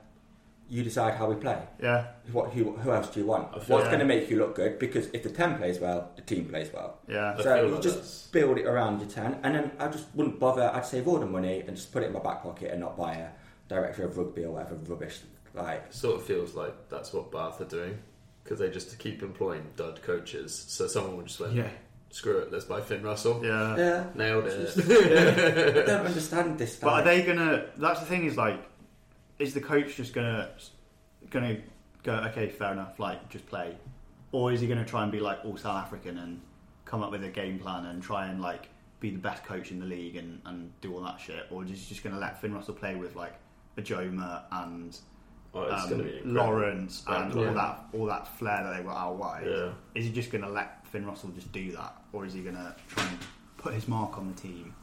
[SPEAKER 8] you decide how we play.
[SPEAKER 3] Yeah,
[SPEAKER 8] What, who, who else do you want?
[SPEAKER 7] I
[SPEAKER 8] What's
[SPEAKER 7] feel like-
[SPEAKER 8] going to make you look good? Because if the 10 plays well, the team plays well.
[SPEAKER 3] yeah,
[SPEAKER 7] I
[SPEAKER 8] So
[SPEAKER 7] feel
[SPEAKER 8] you
[SPEAKER 7] like
[SPEAKER 8] just
[SPEAKER 7] that's-
[SPEAKER 8] build it around your ten, and then I just wouldn't bother. I'd save all the money and just put it in my back pocket and not buy a director of rugby or whatever rubbish. Like,
[SPEAKER 7] sort of feels like that's what Bath are doing because they just keep employing dud coaches. So, someone would just went,
[SPEAKER 3] Yeah.
[SPEAKER 7] screw it, let's buy Finn Russell.
[SPEAKER 3] yeah.
[SPEAKER 8] yeah,
[SPEAKER 7] Nailed it.
[SPEAKER 8] I don't understand this.
[SPEAKER 3] But are
[SPEAKER 8] like-
[SPEAKER 3] they gonna? That's the thing is like, is the coach just gonna gonna go? Okay, fair enough. Like, just play, or is he gonna try and be like all South African and come up with a game plan and try and like be the best coach in the league and, and do all that shit, or is he just gonna let Finn Russell play with like Ajoma and
[SPEAKER 7] Oh, it's going to be
[SPEAKER 3] um,
[SPEAKER 7] incredible.
[SPEAKER 3] Lawrence and
[SPEAKER 7] Yeah.
[SPEAKER 3] all that all that flair that they got out wide?
[SPEAKER 7] Yeah.
[SPEAKER 3] Is he just gonna let Finn Russell just do that, or is he gonna try and put his mark on the team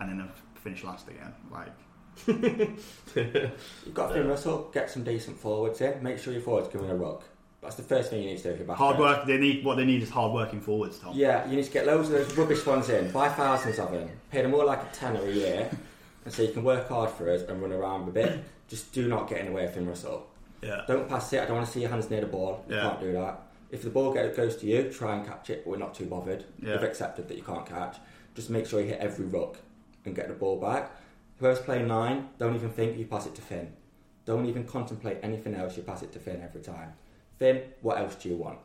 [SPEAKER 3] and then finish last again? Like.
[SPEAKER 8] You've got Finn Russell. Get some decent forwards in. Make sure your forwards give me a rock. That's the first thing you need to do. If you're back
[SPEAKER 3] Hard
[SPEAKER 8] there.
[SPEAKER 3] work. They need what they need is hard working forwards, Tom.
[SPEAKER 8] Yeah, you need to get loads of those rubbish ones in. Buy thousands of them. Pay them all like a tenner a year, and so you can work hard for us and run around a bit. Just do not get in the way of Finn Russell.
[SPEAKER 3] yeah.
[SPEAKER 8] Don't pass it. I don't want to see your hands near the ball. You
[SPEAKER 3] Yeah.
[SPEAKER 8] can't do that. If the ball go- goes to you, try and catch it. We're not too bothered.
[SPEAKER 3] Yeah.
[SPEAKER 8] We've accepted that you can't catch. Just make sure you hit every rock and get the ball back. Whoever's playing nine, don't even think you pass it to Finn. Don't even contemplate anything else. You pass it to Finn every time. Finn, what else do you want?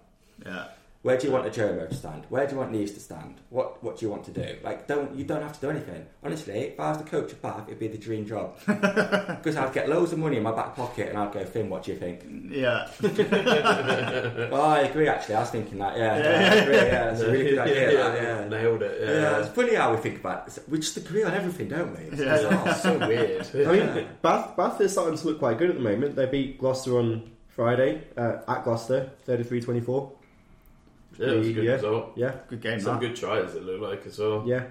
[SPEAKER 3] yeah.
[SPEAKER 8] Where do you want a Jomo to stand? Where do you want Neves to stand? What What do you want to do? Like, don't you don't have to do anything. Honestly, if I was the coach of Bath, it'd be the dream job because I'd get loads of money in my back pocket and I'd go, Finn, what do you think?
[SPEAKER 3] Yeah.
[SPEAKER 8] Well, I agree. Actually, I was thinking that. Yeah, yeah, I agree, yeah, that's a really good idea. that, yeah.
[SPEAKER 7] Nailed it. Yeah.
[SPEAKER 8] Yeah, it's funny how we think about it. We just agree on everything, don't we? It's
[SPEAKER 3] Yeah.
[SPEAKER 8] bizarre.
[SPEAKER 7] It's so weird.
[SPEAKER 6] I mean, Bath Bath is starting to look quite good at the moment. They beat Gloucester on Friday uh, at Gloucester, 33-24.
[SPEAKER 7] yeah, it was a good
[SPEAKER 6] Yeah.
[SPEAKER 7] result.
[SPEAKER 6] Yeah,
[SPEAKER 3] Good game.
[SPEAKER 7] Some
[SPEAKER 3] that.
[SPEAKER 7] good tries it looked like as well.
[SPEAKER 6] yeah.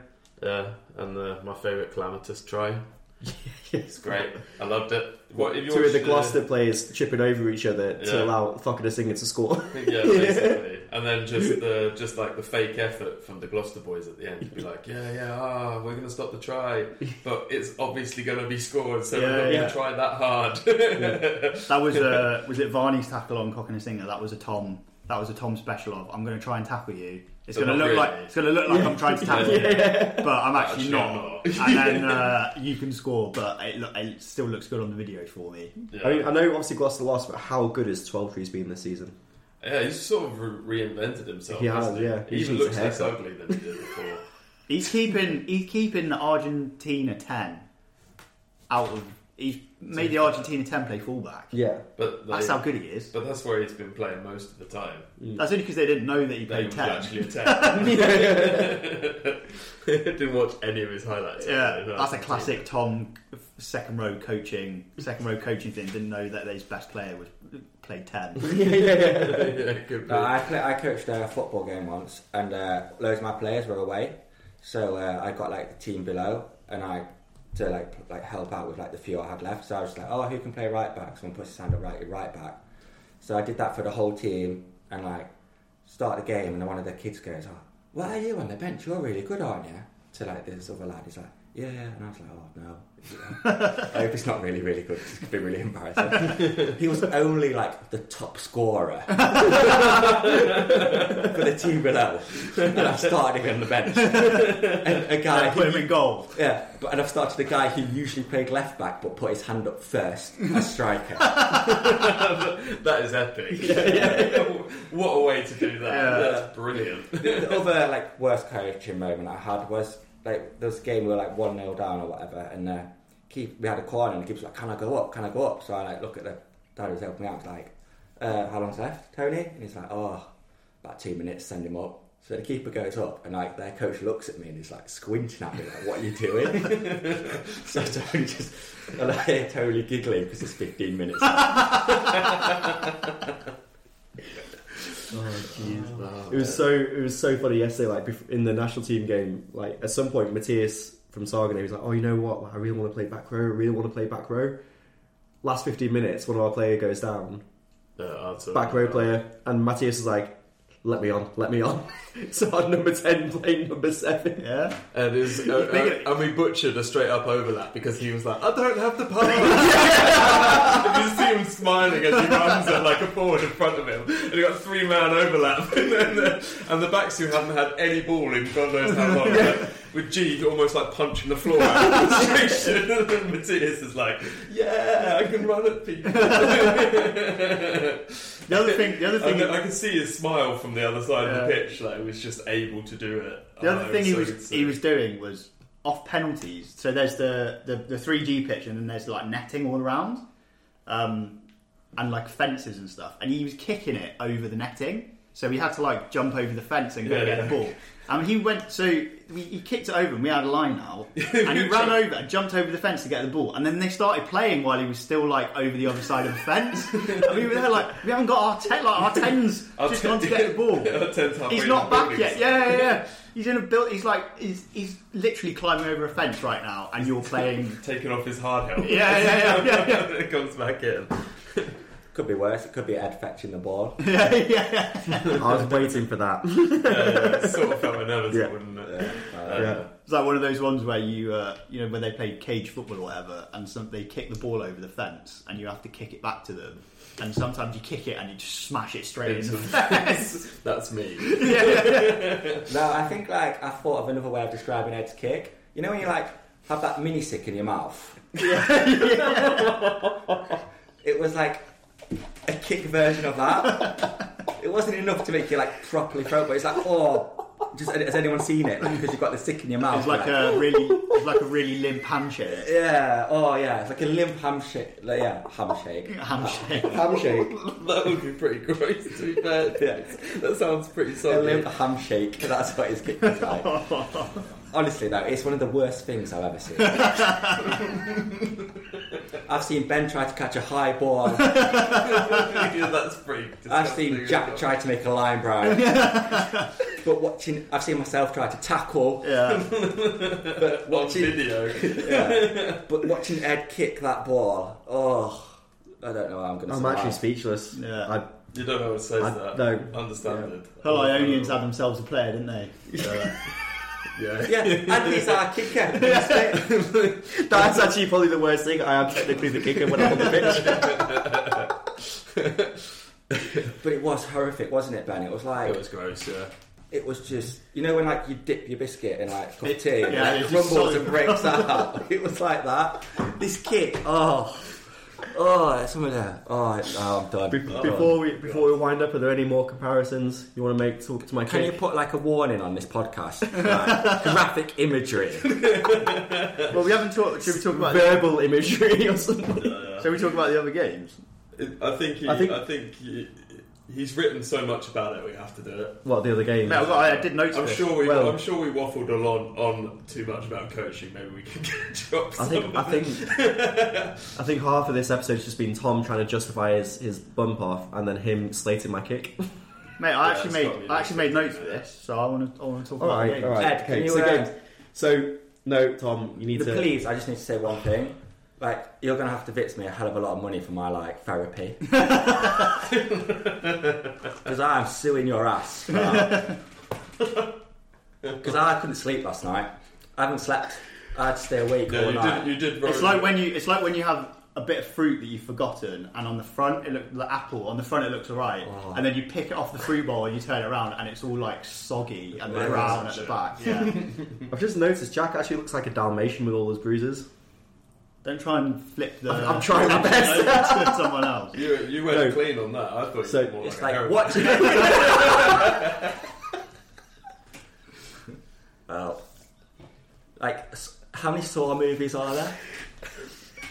[SPEAKER 7] Yeah, and uh, my favourite calamitous try. It's great. I loved it. What if you
[SPEAKER 6] Two of
[SPEAKER 7] watched
[SPEAKER 6] the Gloucester players chipping over each other to
[SPEAKER 7] Yeah.
[SPEAKER 6] allow Fokker Singer to score.
[SPEAKER 7] Yeah, basically. And then just the just like the fake effort from the Gloucester boys at the end to be like, yeah, yeah, ah, we're going to stop the try, but it's obviously going to be scored, so
[SPEAKER 3] Yeah,
[SPEAKER 7] we're
[SPEAKER 3] yeah.
[SPEAKER 7] not going to try that hard.
[SPEAKER 3] That was uh, was it Varney's tackle on Cock and a Singer? That was a Tom. That was a Tom special of I'm going to try and tackle you. It's
[SPEAKER 7] But
[SPEAKER 3] going to
[SPEAKER 7] not
[SPEAKER 3] look
[SPEAKER 7] really.
[SPEAKER 3] like it's going to look like I'm trying to tackle you, but I'm actually
[SPEAKER 7] Actually, I'm
[SPEAKER 3] not. and then uh, you can score, but it, lo- it still looks good on the video for me.
[SPEAKER 7] yeah.
[SPEAKER 6] I mean, I know obviously Gloucester lost, but how good has Twelvetree's been this season?
[SPEAKER 7] yeah, he's sort of re- reinvented himself.
[SPEAKER 6] He has,
[SPEAKER 7] hasn't he?
[SPEAKER 6] yeah.
[SPEAKER 7] He
[SPEAKER 6] He
[SPEAKER 7] even
[SPEAKER 6] needs a
[SPEAKER 7] looks less
[SPEAKER 6] haircut.
[SPEAKER 7] ugly than he did before.
[SPEAKER 3] He's keeping he's keeping the Argentina ten out of. He's made the Argentina ten play fullback.
[SPEAKER 6] Yeah,
[SPEAKER 7] But they-
[SPEAKER 3] That's how good he is.
[SPEAKER 7] But that's where he's been playing most of the time.
[SPEAKER 3] That's only because they didn't know that he
[SPEAKER 7] That he
[SPEAKER 3] played
[SPEAKER 7] was
[SPEAKER 3] ten.
[SPEAKER 7] actually a 10. Didn't watch any of his highlights.
[SPEAKER 3] Yeah,
[SPEAKER 7] No,
[SPEAKER 3] that's a
[SPEAKER 7] I
[SPEAKER 3] classic Tom second row coaching, second row coaching thing. Didn't know that his best player was played ten.
[SPEAKER 7] didn't. yeah, good
[SPEAKER 8] No,
[SPEAKER 7] point.
[SPEAKER 8] I, play, I coached a football game once, and uh, loads of my players were away, so uh, I got like the team below, and I to like p- like help out with like the few I had left. So I was like, oh, who can play right back? Someone puts his hand up right, you're right back. So I did that for the whole team, and like start the game, and then one of the kids goes, oh, what are you on the bench? You're really good, aren't you? To like this other lad, he's like. Yeah, and I was like, oh no. I hope it's not really, really good. It's gonna be really embarrassing. he was only like the top scorer for the team below, and I've started him on the bench. And a guy,
[SPEAKER 3] I put him in goal.
[SPEAKER 8] yeah, but, and I've started the guy who usually played left back but put his hand up first as striker.
[SPEAKER 7] that is epic. what a way to do that. That's brilliant.
[SPEAKER 8] the other like worst coaching moment I had was like there was a game we were like one 0 down or whatever, and uh, keep we had a corner and keeps like, "Can I go up? Can I go up?" So I like look at the dad who was helping me out. I was like, uh, "How long's left, Tony?" And he's like, "Oh, about two minutes. Send him up." So the keeper goes up, and like their coach looks at me and he's like squinting at me, like, "What are you doing?" so Tony just and I hear Tony giggling because it's fifteen minutes.
[SPEAKER 6] it was so it was so funny yesterday. Like bef- in the national team game, like at some point Matthias from Sargon, he was like, "Oh, you know what? Like, I really want to play back row. I really want to play back row." Last fifteen minutes, one of our player goes down,
[SPEAKER 7] Uh, Artur.
[SPEAKER 6] back row player, and Matthias is like, "Let me on, let me on." so our number ten playing number seven.
[SPEAKER 3] Yeah,
[SPEAKER 7] And, it was- uh,
[SPEAKER 3] Make it-
[SPEAKER 7] uh, and we butchered a straight up overlap because he was like, I don't have the power. and you just see him smiling as he runs at like a forward in front of him. And he got three man overlap. and, then the, and the backs who haven't had any ball in God knows how long. like, with G almost like punching the floor out of frustration. and then Matthias is like, Yeah, I can run at people.
[SPEAKER 3] the other thing, the other
[SPEAKER 7] I,
[SPEAKER 3] thing,
[SPEAKER 7] know- I could see his smile from the other side of the
[SPEAKER 3] Yeah.
[SPEAKER 7] pitch. Like, he was just able to do it.
[SPEAKER 3] the
[SPEAKER 7] Oh,
[SPEAKER 3] other
[SPEAKER 7] it
[SPEAKER 3] thing he
[SPEAKER 7] so good
[SPEAKER 3] was
[SPEAKER 7] to see.
[SPEAKER 3] he was doing was off penalties. So there's the the the three G pitch, and then there's like netting all around, um, and like fences and stuff. And he was kicking it over the netting, so we had to like jump over the fence and go
[SPEAKER 7] Yeah.
[SPEAKER 3] get the ball. And he went, so we, he kicked it over, and we had a line out. And he ran over and jumped over the fence to get the ball. And then they started playing while he was still like over the other side of the fence. and we were there like, we haven't got our ten, like our tens
[SPEAKER 7] Our
[SPEAKER 3] just
[SPEAKER 7] ten-
[SPEAKER 3] gone to get the ball.
[SPEAKER 7] Our ten's halfway
[SPEAKER 3] He's
[SPEAKER 7] in
[SPEAKER 3] not
[SPEAKER 7] the
[SPEAKER 3] back
[SPEAKER 7] building.
[SPEAKER 3] yet. Oh, Yeah, yeah, yeah. He's in a build. He's like, he's he's literally climbing over a fence right now, and you're playing.
[SPEAKER 7] taking off his hard helmet.
[SPEAKER 3] Yeah, yeah, yeah, yeah, yeah.
[SPEAKER 7] it comes back in.
[SPEAKER 8] Could be worse. It could be Ed fetching the ball.
[SPEAKER 3] yeah, yeah.
[SPEAKER 6] I was waiting for that.
[SPEAKER 7] It Uh, sort of felt inevitable,
[SPEAKER 6] Yeah.
[SPEAKER 7] wouldn't it?
[SPEAKER 6] yeah.
[SPEAKER 3] It's like one of those ones where you, uh, you know, when they play cage football or whatever, and some, they kick the ball over the fence, and you have to kick it back to them. And sometimes you kick it and you just smash it straight into the fence.
[SPEAKER 7] That's me.
[SPEAKER 3] yeah, yeah, yeah.
[SPEAKER 8] No, I think like I thought of another way of describing Ed's kick. You know when you like have that mini sick in your mouth. it was like a kick version of that, it wasn't enough to make you like properly throw, but it's like, oh, just has anyone seen it? Like, because you've got the stick in your mouth.
[SPEAKER 3] It's like a really, it's like a really limp handshake.
[SPEAKER 8] yeah, oh yeah, it's like a limp handshake. Like, yeah, handshake.
[SPEAKER 3] Handshake.
[SPEAKER 6] Hamshake.
[SPEAKER 7] That would be pretty gross, to be fair.
[SPEAKER 8] Yeah.
[SPEAKER 7] That sounds pretty
[SPEAKER 8] A
[SPEAKER 7] solid.
[SPEAKER 8] limp handshake. That's what it's kicked like. Honestly, though, it's one of the worst things I've ever seen. I've seen Ben try to catch a high ball.
[SPEAKER 7] yeah, that's pretty disgusting.
[SPEAKER 8] I've seen Jack try to make a line break. but watching, I've seen myself try to tackle.
[SPEAKER 3] Yeah.
[SPEAKER 8] But
[SPEAKER 7] on
[SPEAKER 8] watching,
[SPEAKER 7] video.
[SPEAKER 8] yeah. but watching Ed kick that ball, oh, I don't know how I'm going to.
[SPEAKER 6] I'm actually speechless.
[SPEAKER 3] Yeah.
[SPEAKER 6] I,
[SPEAKER 7] You don't know what says
[SPEAKER 6] I-
[SPEAKER 7] that.
[SPEAKER 6] no.
[SPEAKER 7] Understand it.
[SPEAKER 3] Hull Ionians had themselves a player, didn't they? Uh, So,
[SPEAKER 7] Yeah.
[SPEAKER 8] Yeah, and he's our kicker.
[SPEAKER 6] that's actually probably the worst thing. I am technically the kicker when I'm on the pitch.
[SPEAKER 8] But it was horrific, wasn't it, Ben? It was like
[SPEAKER 7] It was gross, yeah.
[SPEAKER 8] it was just you know when like you dip your biscuit in like a cup of tea and
[SPEAKER 3] yeah,
[SPEAKER 8] like,
[SPEAKER 3] it's just
[SPEAKER 8] crumbles
[SPEAKER 3] solid.
[SPEAKER 8] and breaks out. It was like that. This kick, oh, oh, it's something there. Oh, it- oh, I'm done.
[SPEAKER 6] Be- Before we before we wind up, are there any more comparisons you want to make to, to my
[SPEAKER 8] Can you
[SPEAKER 6] kick?
[SPEAKER 8] put like a warning on this podcast? Like, graphic imagery.
[SPEAKER 3] well, we haven't talked. Should we talk about?
[SPEAKER 6] Verbal imagery or something.
[SPEAKER 3] Shall we talk about the other games?
[SPEAKER 7] It- I think, he,
[SPEAKER 6] I
[SPEAKER 7] I
[SPEAKER 6] think-
[SPEAKER 7] think, he, he's written so much about it, we have to do it.
[SPEAKER 6] What the other game?
[SPEAKER 3] No, well, I did notice.
[SPEAKER 7] I'm
[SPEAKER 3] this.
[SPEAKER 7] sure we,
[SPEAKER 6] well-
[SPEAKER 7] I'm sure we waffled a lot on too much about coaching. Maybe we could get dropped.
[SPEAKER 6] I think I think I think half of this episode's just been Tom trying to justify his, his bump off and then him slating my kick.
[SPEAKER 3] Mate, I
[SPEAKER 7] Yeah,
[SPEAKER 3] actually
[SPEAKER 7] it's gotta be
[SPEAKER 3] made I actually made
[SPEAKER 7] nice.
[SPEAKER 3] notes for this, so I want to I want to talk
[SPEAKER 6] All
[SPEAKER 3] about the
[SPEAKER 6] right,
[SPEAKER 3] games.
[SPEAKER 6] all right.
[SPEAKER 8] Ed, can
[SPEAKER 6] okay,
[SPEAKER 8] you,
[SPEAKER 6] so
[SPEAKER 8] uh,
[SPEAKER 6] games. So no, Tom, you need
[SPEAKER 8] But
[SPEAKER 6] to.
[SPEAKER 8] Please, I just need to say one thing. Like you're gonna have to vits me a hell of a lot of money for my like therapy because I'm suing your ass. Because I couldn't sleep last night. I haven't slept. I had to stay awake
[SPEAKER 7] No,
[SPEAKER 8] all
[SPEAKER 7] you
[SPEAKER 8] night.
[SPEAKER 7] did. You did.
[SPEAKER 3] It's
[SPEAKER 7] roll-
[SPEAKER 3] like when you it's like when you have a bit of fruit that you've forgotten, and on the front it look the apple on the front it looks alright,
[SPEAKER 8] Oh.
[SPEAKER 3] and then you pick it off the fruit bowl and you turn it around and it's all like soggy and
[SPEAKER 8] Yeah,
[SPEAKER 3] brown at
[SPEAKER 7] shit.
[SPEAKER 3] the back. Yeah,
[SPEAKER 6] I've just noticed Jack actually looks like a Dalmatian with all his bruises.
[SPEAKER 3] don't try and flip the.
[SPEAKER 6] I'm trying my
[SPEAKER 3] best to someone else.
[SPEAKER 7] you, you went
[SPEAKER 6] No.
[SPEAKER 7] clean on that. I thought
[SPEAKER 6] So,
[SPEAKER 7] you were more
[SPEAKER 8] It's
[SPEAKER 7] like, a
[SPEAKER 8] like
[SPEAKER 7] heroin.
[SPEAKER 8] watching. well, like s- how many Saw movies are there?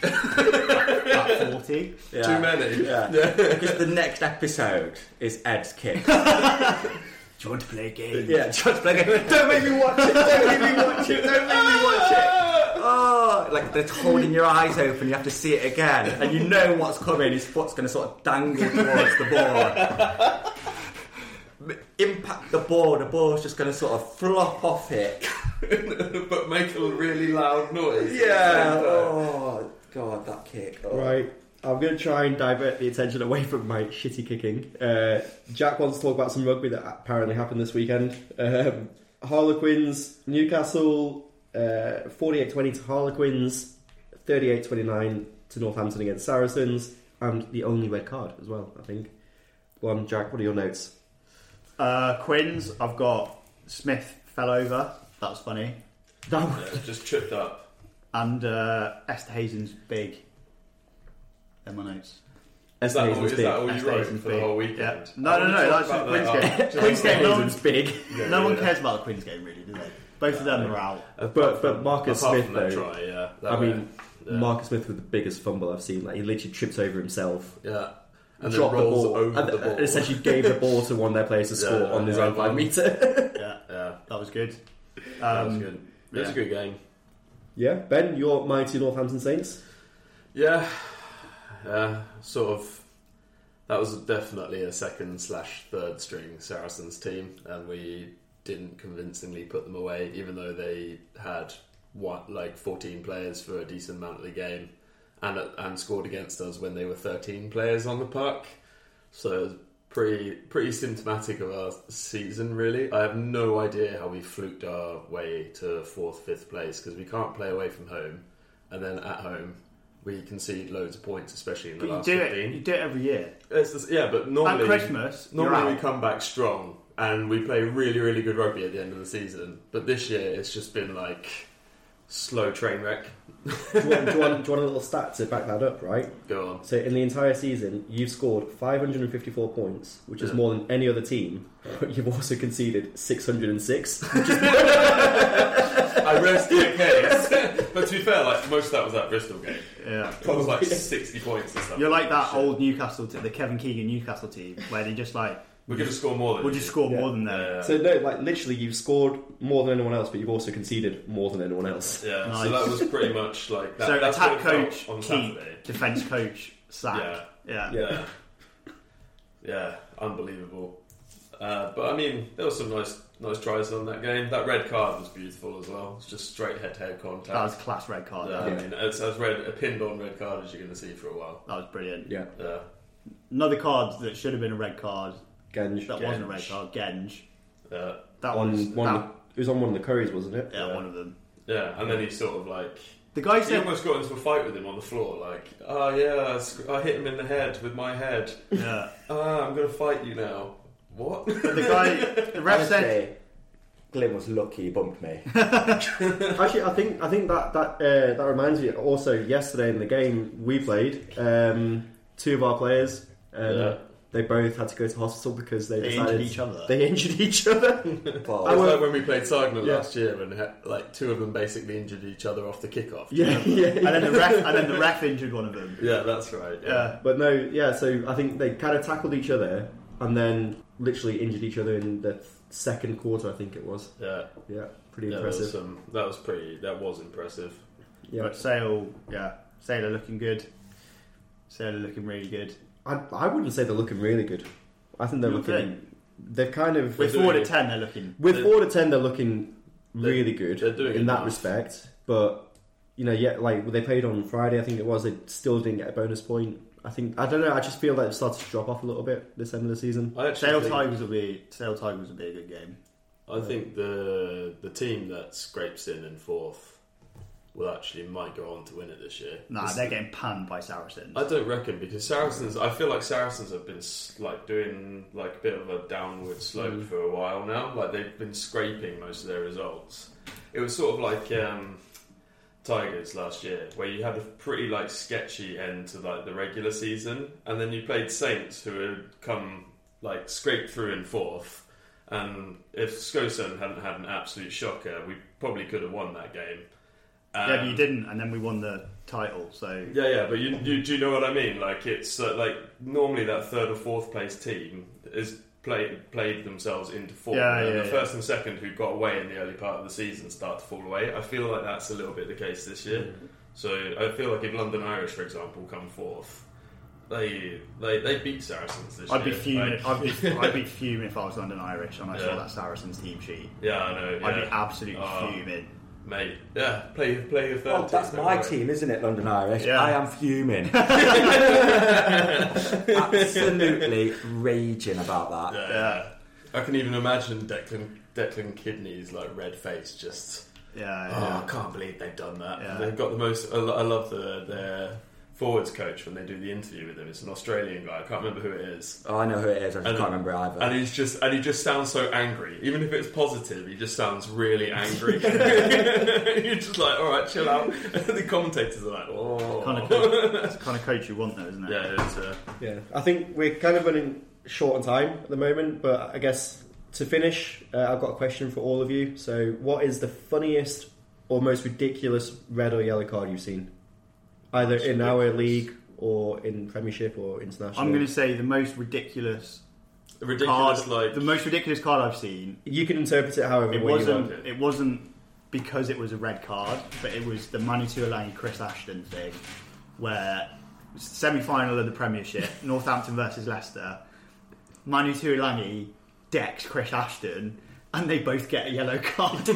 [SPEAKER 3] About Forty.
[SPEAKER 8] Yeah.
[SPEAKER 7] Too many.
[SPEAKER 8] Yeah. because the next episode is Ed's kick. yeah,
[SPEAKER 3] Do you want to play a game?
[SPEAKER 8] just like don't make me watch it. Don't make me watch it. Don't make me watch it. Oh, like they're holding your eyes open. You have to see it again, and you know what's coming. His foot's going to sort of dangle towards the ball. Impact the ball, the ball's just going to sort of flop off it.
[SPEAKER 7] but make a really loud noise.
[SPEAKER 8] Yeah. Oh, God, that kick. Oh.
[SPEAKER 6] Right. I'm going to try and divert the attention away from my shitty kicking. Uh, Jack wants to talk about some rugby that apparently happened this weekend. Um, Harlequins, Newcastle, uh, 48-20 to Harlequins, 38-29 to Northampton against Saracens, and the only red card as well, I think. Go on, Jack, what are your notes?
[SPEAKER 3] Uh, Quins. I've got Smith fell over. That was funny.
[SPEAKER 7] Yeah, just tripped up.
[SPEAKER 3] And uh, Esther Hazen's big. They're my notes.
[SPEAKER 7] Is that, all,
[SPEAKER 6] Hazen's
[SPEAKER 7] is that all you
[SPEAKER 3] Esther
[SPEAKER 7] wrote
[SPEAKER 3] Hazen's
[SPEAKER 7] for the
[SPEAKER 3] big.
[SPEAKER 7] whole
[SPEAKER 3] Yeah.
[SPEAKER 7] weekend?
[SPEAKER 3] No, no, no. That's Quins game. Quins game. No one's
[SPEAKER 6] big.
[SPEAKER 3] No one cares about the Queen's game, really, do they? Both of them are out.
[SPEAKER 6] But, but Marcus
[SPEAKER 7] Apart
[SPEAKER 6] Smith,
[SPEAKER 7] from that
[SPEAKER 6] though.
[SPEAKER 7] try, yeah. That
[SPEAKER 6] I
[SPEAKER 7] way.
[SPEAKER 6] mean, Marcus Smith with the biggest fumble I've seen. Like, he literally trips over himself.
[SPEAKER 7] yeah. And then
[SPEAKER 6] dropped
[SPEAKER 7] rolls
[SPEAKER 6] the ball,
[SPEAKER 7] over
[SPEAKER 6] and
[SPEAKER 7] the ball.
[SPEAKER 6] and essentially gave the ball to one of their players to score
[SPEAKER 7] yeah,
[SPEAKER 6] on his
[SPEAKER 7] yeah,
[SPEAKER 6] own five
[SPEAKER 7] um,
[SPEAKER 6] meter.
[SPEAKER 3] Yeah,
[SPEAKER 7] yeah,
[SPEAKER 3] that was good. Um,
[SPEAKER 7] that was good. It was a good game.
[SPEAKER 6] yeah, Ben, your mighty Northampton Saints.
[SPEAKER 7] Yeah, yeah, sort of. That was definitely a second slash third string Saracens team, and we didn't convincingly put them away, even though they had what like fourteen players for a decent amount of the game, and and scored against us when they were thirteen players on the puck. So it was pretty pretty symptomatic of our season, really. I have no idea how we fluked our way to fourth, fifth place because we can't play away from home, and then at home we concede loads of points, especially in the
[SPEAKER 3] But you
[SPEAKER 7] last
[SPEAKER 3] do it.
[SPEAKER 7] fifteen.
[SPEAKER 3] You do it every year.
[SPEAKER 7] It's just- yeah, but normally
[SPEAKER 3] At Christmas, you're
[SPEAKER 7] normally we
[SPEAKER 3] out.
[SPEAKER 7] come back strong and we play really, really good rugby at the end of the season. But this year, it's just been like slow train wreck.
[SPEAKER 6] do, you want, do, you want, do you want a little stat to back that up, right?
[SPEAKER 7] Go on.
[SPEAKER 6] So in the entire season, you've scored 554 points, which is more than any other team, but you've also conceded 606.
[SPEAKER 7] I rested the case, but to be fair, like most of that was that Bristol game.
[SPEAKER 3] Yeah.
[SPEAKER 7] It was like sixty points or something.
[SPEAKER 3] You're like that old Newcastle, t- the Kevin Keegan Newcastle team, where they just like,
[SPEAKER 7] We're going to score more than
[SPEAKER 3] we'll just score
[SPEAKER 6] Yeah.
[SPEAKER 3] more than them.
[SPEAKER 7] Yeah.
[SPEAKER 6] So no, like literally, you've scored more than anyone else, but you've also conceded more than anyone else.
[SPEAKER 7] Yeah,
[SPEAKER 3] Nice.
[SPEAKER 7] so that was pretty much like that.
[SPEAKER 3] So
[SPEAKER 7] that's
[SPEAKER 3] attack
[SPEAKER 7] what it felt
[SPEAKER 3] coach,
[SPEAKER 7] on
[SPEAKER 3] key,
[SPEAKER 7] Saturday.
[SPEAKER 3] defence coach, sack. Yeah.
[SPEAKER 7] Yeah. Yeah, yeah, unbelievable. Uh, but I mean, there were some nice, nice tries on that game. That red card was beautiful as well. It's just straight head-to-head contact.
[SPEAKER 3] That was a class red card.
[SPEAKER 7] yeah,
[SPEAKER 3] That,
[SPEAKER 7] I mean, it's as red a pinned-on red card as you're going to see for a while.
[SPEAKER 3] that was brilliant.
[SPEAKER 6] Yeah,
[SPEAKER 7] Yeah,
[SPEAKER 3] Another card that should have been a red card
[SPEAKER 6] Genge
[SPEAKER 3] that wasn't a red
[SPEAKER 7] Genge.
[SPEAKER 3] card. Genge.
[SPEAKER 7] yeah,
[SPEAKER 3] That was
[SPEAKER 6] on one.
[SPEAKER 3] that,
[SPEAKER 6] of the- it was on one of the curries, wasn't it?
[SPEAKER 3] yeah, one of them.
[SPEAKER 7] yeah. And then he sort of like
[SPEAKER 3] The guy
[SPEAKER 7] He
[SPEAKER 3] said,
[SPEAKER 7] almost got into a fight with him on the floor, like, oh yeah, I sc- I hit him in the head with my head.
[SPEAKER 3] yeah.
[SPEAKER 7] Ah, I'm gonna fight you now. What?
[SPEAKER 3] the guy, the ref said,
[SPEAKER 8] Honestly, Glyn was lucky he bumped me.
[SPEAKER 6] Actually, I think I think that that uh, that reminds me. Also, yesterday in the game we played, um, two of our players, um,
[SPEAKER 7] Yeah.
[SPEAKER 6] they both had to go to hospital because they,
[SPEAKER 3] They
[SPEAKER 6] decided
[SPEAKER 3] injured each other.
[SPEAKER 6] They injured each other.
[SPEAKER 8] Well,
[SPEAKER 6] I
[SPEAKER 7] It's
[SPEAKER 6] won't-
[SPEAKER 7] like when we played Sagna
[SPEAKER 6] Yeah.
[SPEAKER 7] last year, and ha- like two of them basically injured each other off the kickoff.
[SPEAKER 6] yeah, yeah.
[SPEAKER 3] and then the ref, and then the ref injured one of them.
[SPEAKER 7] yeah, that's right. Yeah,
[SPEAKER 3] Yeah,
[SPEAKER 6] But no, yeah, so I think they kind of tackled each other and then literally injured each other in the second quarter, I think it was.
[SPEAKER 7] yeah,
[SPEAKER 6] Yeah, pretty
[SPEAKER 7] yeah. that, was
[SPEAKER 6] impressive.
[SPEAKER 7] some, that was pretty. That was impressive.
[SPEAKER 6] yeah.
[SPEAKER 3] but Sale, yeah, Sale are looking good. Sale are looking really good.
[SPEAKER 6] I, I wouldn't say they're looking really good. I think they're
[SPEAKER 3] You
[SPEAKER 6] looking.
[SPEAKER 3] think?
[SPEAKER 6] They're kind of.
[SPEAKER 3] With
[SPEAKER 6] With,
[SPEAKER 7] doing
[SPEAKER 3] four to
[SPEAKER 7] it.
[SPEAKER 3] ten, they're looking.
[SPEAKER 6] 4 to 10, they're looking really good
[SPEAKER 7] they're doing
[SPEAKER 6] in
[SPEAKER 7] it
[SPEAKER 6] that
[SPEAKER 7] now.
[SPEAKER 6] respect. But, you know, yeah, like they played on Friday, I think it was, they still didn't get a bonus point. I think, I don't know, I just feel like it started to drop off a little bit this end of the season.
[SPEAKER 7] I actually
[SPEAKER 3] Sale
[SPEAKER 7] think,
[SPEAKER 3] Tigers will be Sale Tigers will be a good game.
[SPEAKER 7] I think the the team that scrapes in in fourth will actually might go on to win it this year.
[SPEAKER 3] Nah, they're getting panned by Saracens.
[SPEAKER 7] I don't reckon because Saracens. I feel like Saracens have been s- like doing like a bit of a downward slope
[SPEAKER 3] Mm.
[SPEAKER 7] for a while now. Like they've been scraping most of their results. It was sort of like um, Tigers last year, where you had a pretty like sketchy end to like the regular season, and then you played Saints, who had come like scraped through in fourth. And if Skosen hadn't had an absolute shocker, we probably could have won that game.
[SPEAKER 3] yeah, but
[SPEAKER 7] Um,
[SPEAKER 3] you didn't, and then we won the title. So
[SPEAKER 7] yeah, yeah, but you, you do you know what I mean? Like it's uh, like normally that third or fourth place team is play, played themselves into fourth.
[SPEAKER 3] Yeah,
[SPEAKER 7] and
[SPEAKER 3] yeah,
[SPEAKER 7] the
[SPEAKER 3] yeah.
[SPEAKER 7] first and second who got away in the early part of the season start to fall away. I feel like that's a little bit the case this year.
[SPEAKER 3] Mm.
[SPEAKER 7] So I feel like if London Irish, for example, come fourth, they they, they beat Saracens this
[SPEAKER 3] I'd be
[SPEAKER 7] year.
[SPEAKER 3] fuming.
[SPEAKER 7] Like,
[SPEAKER 3] I'd be I'd be fuming if I was London Irish and I saw
[SPEAKER 7] Yeah.
[SPEAKER 3] that Saracens team sheet.
[SPEAKER 7] yeah, I know.
[SPEAKER 3] I'd be
[SPEAKER 7] yeah.
[SPEAKER 3] absolutely
[SPEAKER 7] Oh,
[SPEAKER 3] fuming.
[SPEAKER 7] mate. Yeah, play play your third.
[SPEAKER 8] Oh, that's
[SPEAKER 7] team,
[SPEAKER 8] my
[SPEAKER 7] don't worry.
[SPEAKER 8] team, isn't it, London Irish?
[SPEAKER 3] Yeah.
[SPEAKER 8] I am fuming. Absolutely raging about that.
[SPEAKER 7] Yeah. I can even imagine Declan Declan Kidney's like red face just
[SPEAKER 3] Yeah,
[SPEAKER 7] oh,
[SPEAKER 3] yeah.
[SPEAKER 7] I can't believe they've done that.
[SPEAKER 3] Yeah.
[SPEAKER 7] They've got the most I lo- I love the their forwards coach when they do the interview with him. It's an Australian guy. I can't remember who it is.
[SPEAKER 8] Oh, I know who it is. I just
[SPEAKER 7] And-
[SPEAKER 8] can't remember either.
[SPEAKER 7] And he's just and he just sounds so angry. Even if it's positive, he just sounds really angry. You're just like, all right, chill out. the commentators are like, oh,
[SPEAKER 3] Kind of, coach, it's the kind of coach you want, though, isn't it?
[SPEAKER 7] yeah, it's, uh,
[SPEAKER 6] Yeah, I think we're kind of running short on time at the moment, but I guess to finish, uh, I've got a question for all of you. So, what is the funniest or most ridiculous red or yellow card you've seen, either in our league or in Premiership or international?
[SPEAKER 3] I'm going to say the most ridiculous
[SPEAKER 7] ridiculous.
[SPEAKER 3] card,
[SPEAKER 7] like
[SPEAKER 3] the most ridiculous card I've seen.
[SPEAKER 6] You can interpret it however
[SPEAKER 3] It
[SPEAKER 6] way you
[SPEAKER 3] wasn't.
[SPEAKER 6] want.
[SPEAKER 3] It wasn't because it was a red card, but it was the Manu Tuilagi Chris Ashton thing, where semi-final of the Premiership, Northampton versus Leicester, Manu Tuilagi decks Chris Ashton, and they both get a yellow card.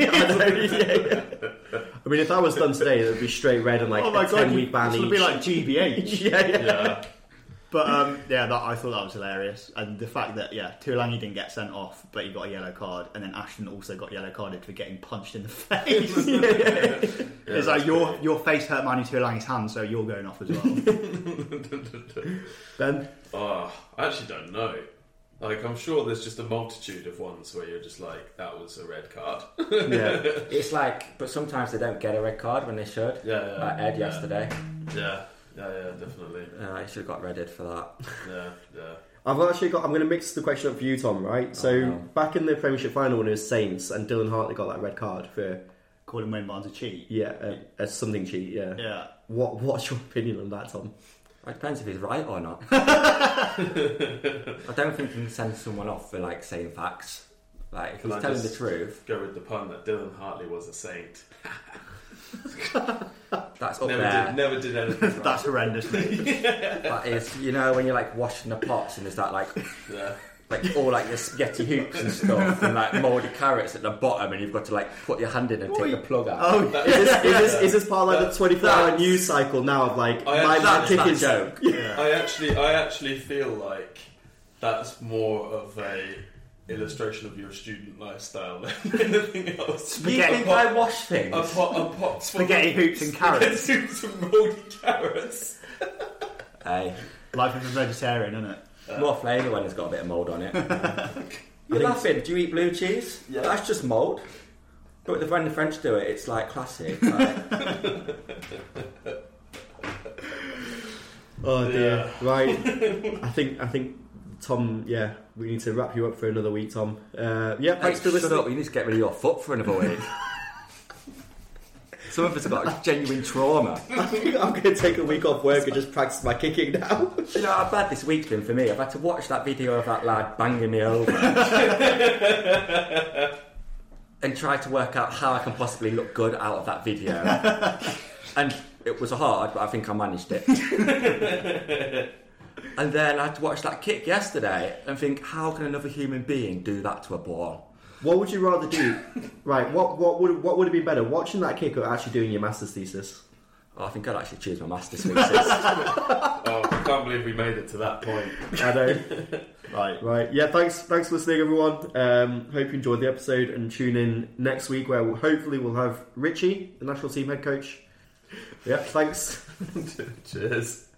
[SPEAKER 6] I mean, if that was done today, it would be straight red and like
[SPEAKER 3] oh
[SPEAKER 6] a
[SPEAKER 3] my god!
[SPEAKER 6] ten-week
[SPEAKER 3] you-
[SPEAKER 6] ban
[SPEAKER 3] This would
[SPEAKER 6] each.
[SPEAKER 3] be like GBH.
[SPEAKER 6] yeah, yeah.
[SPEAKER 7] yeah.
[SPEAKER 3] But um, yeah, that, I thought that was hilarious, and the fact that yeah, Tuilagi didn't get sent off, but he got a yellow card, and then Ashton also got yellow carded for getting punched in the face. it's like your your face hurt Manu Tuolangi's hand, so you're going off as well.
[SPEAKER 6] Ben,
[SPEAKER 7] Oh, I actually ah, don't know. Like, I'm sure there's just a multitude of ones where you're just like, that was a red card.
[SPEAKER 6] Yeah.
[SPEAKER 8] It's like, but sometimes they don't get a red card when they should.
[SPEAKER 7] Yeah, yeah,
[SPEAKER 8] Like
[SPEAKER 7] yeah.
[SPEAKER 8] Ed yesterday.
[SPEAKER 7] yeah, yeah, yeah, definitely.
[SPEAKER 8] Uh, he should have got redded for that.
[SPEAKER 7] Yeah, yeah.
[SPEAKER 6] I've actually got. I'm going to mix the question up for you, Tom. Right.
[SPEAKER 8] Oh,
[SPEAKER 6] So back in the Premiership final when it was Saints and Dylan Hartley got that red card for
[SPEAKER 3] Calling Wayne Barnes a cheat.
[SPEAKER 6] yeah a, a something cheat. Yeah.
[SPEAKER 3] Yeah.
[SPEAKER 6] What What's your opinion on that, Tom?
[SPEAKER 8] It depends if he's right or not. I don't think you can send someone off for like saying facts. Like if
[SPEAKER 7] Can
[SPEAKER 8] he's
[SPEAKER 7] I
[SPEAKER 8] telling
[SPEAKER 7] just-
[SPEAKER 8] the truth,
[SPEAKER 7] Go with the pun that Dylan Hartley was a saint.
[SPEAKER 8] that's up
[SPEAKER 7] Never
[SPEAKER 8] there.
[SPEAKER 7] did, never did anything wrong.
[SPEAKER 3] That's horrendous. mate.
[SPEAKER 8] But it's you know when you're like washing the pots and there's that like
[SPEAKER 7] Yeah.
[SPEAKER 8] like all like your spaghetti hoops and stuff and like mouldy carrots at the bottom and you've got to like put your hand in and take the plug out.
[SPEAKER 6] Oh, is this, is this, is this part of like the
[SPEAKER 7] That-
[SPEAKER 6] 24 hour
[SPEAKER 8] that's-
[SPEAKER 6] news cycle now of like
[SPEAKER 3] Oh,
[SPEAKER 7] I
[SPEAKER 6] my, my
[SPEAKER 8] that's
[SPEAKER 6] kick
[SPEAKER 8] that
[SPEAKER 6] is
[SPEAKER 8] joke.
[SPEAKER 7] I actually, I actually feel like that's more of a illustration of your student lifestyle than anything else.
[SPEAKER 8] you think
[SPEAKER 7] Apart-
[SPEAKER 8] I wash things?
[SPEAKER 7] A pot, a pot full
[SPEAKER 3] Spaghetti
[SPEAKER 7] of-
[SPEAKER 3] hoops and carrots.
[SPEAKER 7] Spaghetti hoops and moldy carrots.
[SPEAKER 8] Hey,
[SPEAKER 3] Life of a vegetarian, isn't it?
[SPEAKER 8] more flavour when it's got a bit of mould on it. You're laughing. Do you eat blue cheese? Yeah. That's just mould. But the when the French do it, it's like classic. Like,
[SPEAKER 6] Oh dear. Right. I think I think Tom. Yeah, we need to wrap you up for another week, Tom. Uh, yeah.
[SPEAKER 8] Hey,
[SPEAKER 6] Thanks for
[SPEAKER 8] shut
[SPEAKER 6] listening.
[SPEAKER 8] up, you need to get rid of your foot for another week. Some of us have got genuine trauma.
[SPEAKER 6] I think I'm going to take a week off work and just practice my kicking now.
[SPEAKER 8] You know how bad this week's been for me? I've had to watch that video of that lad banging me over. and try to work out how I can possibly look good out of that video. and it was hard, but I think I managed it. and then I had to watch that kick yesterday and think, how can another human being do that to a ball?
[SPEAKER 6] What would you rather do? Right. What what would what would it be better, watching that kick or actually doing your master's thesis?
[SPEAKER 8] Oh, I think I'd actually choose my master's thesis.
[SPEAKER 7] Oh, I can't believe we made it to that point.
[SPEAKER 6] I know.
[SPEAKER 3] Right.
[SPEAKER 6] right. Yeah. Thanks. Thanks for listening, everyone. Um, hope you enjoyed the episode and tune in next week where we'll, hopefully we'll have Richie, the national team head coach. Yep. Thanks.
[SPEAKER 7] Cheers.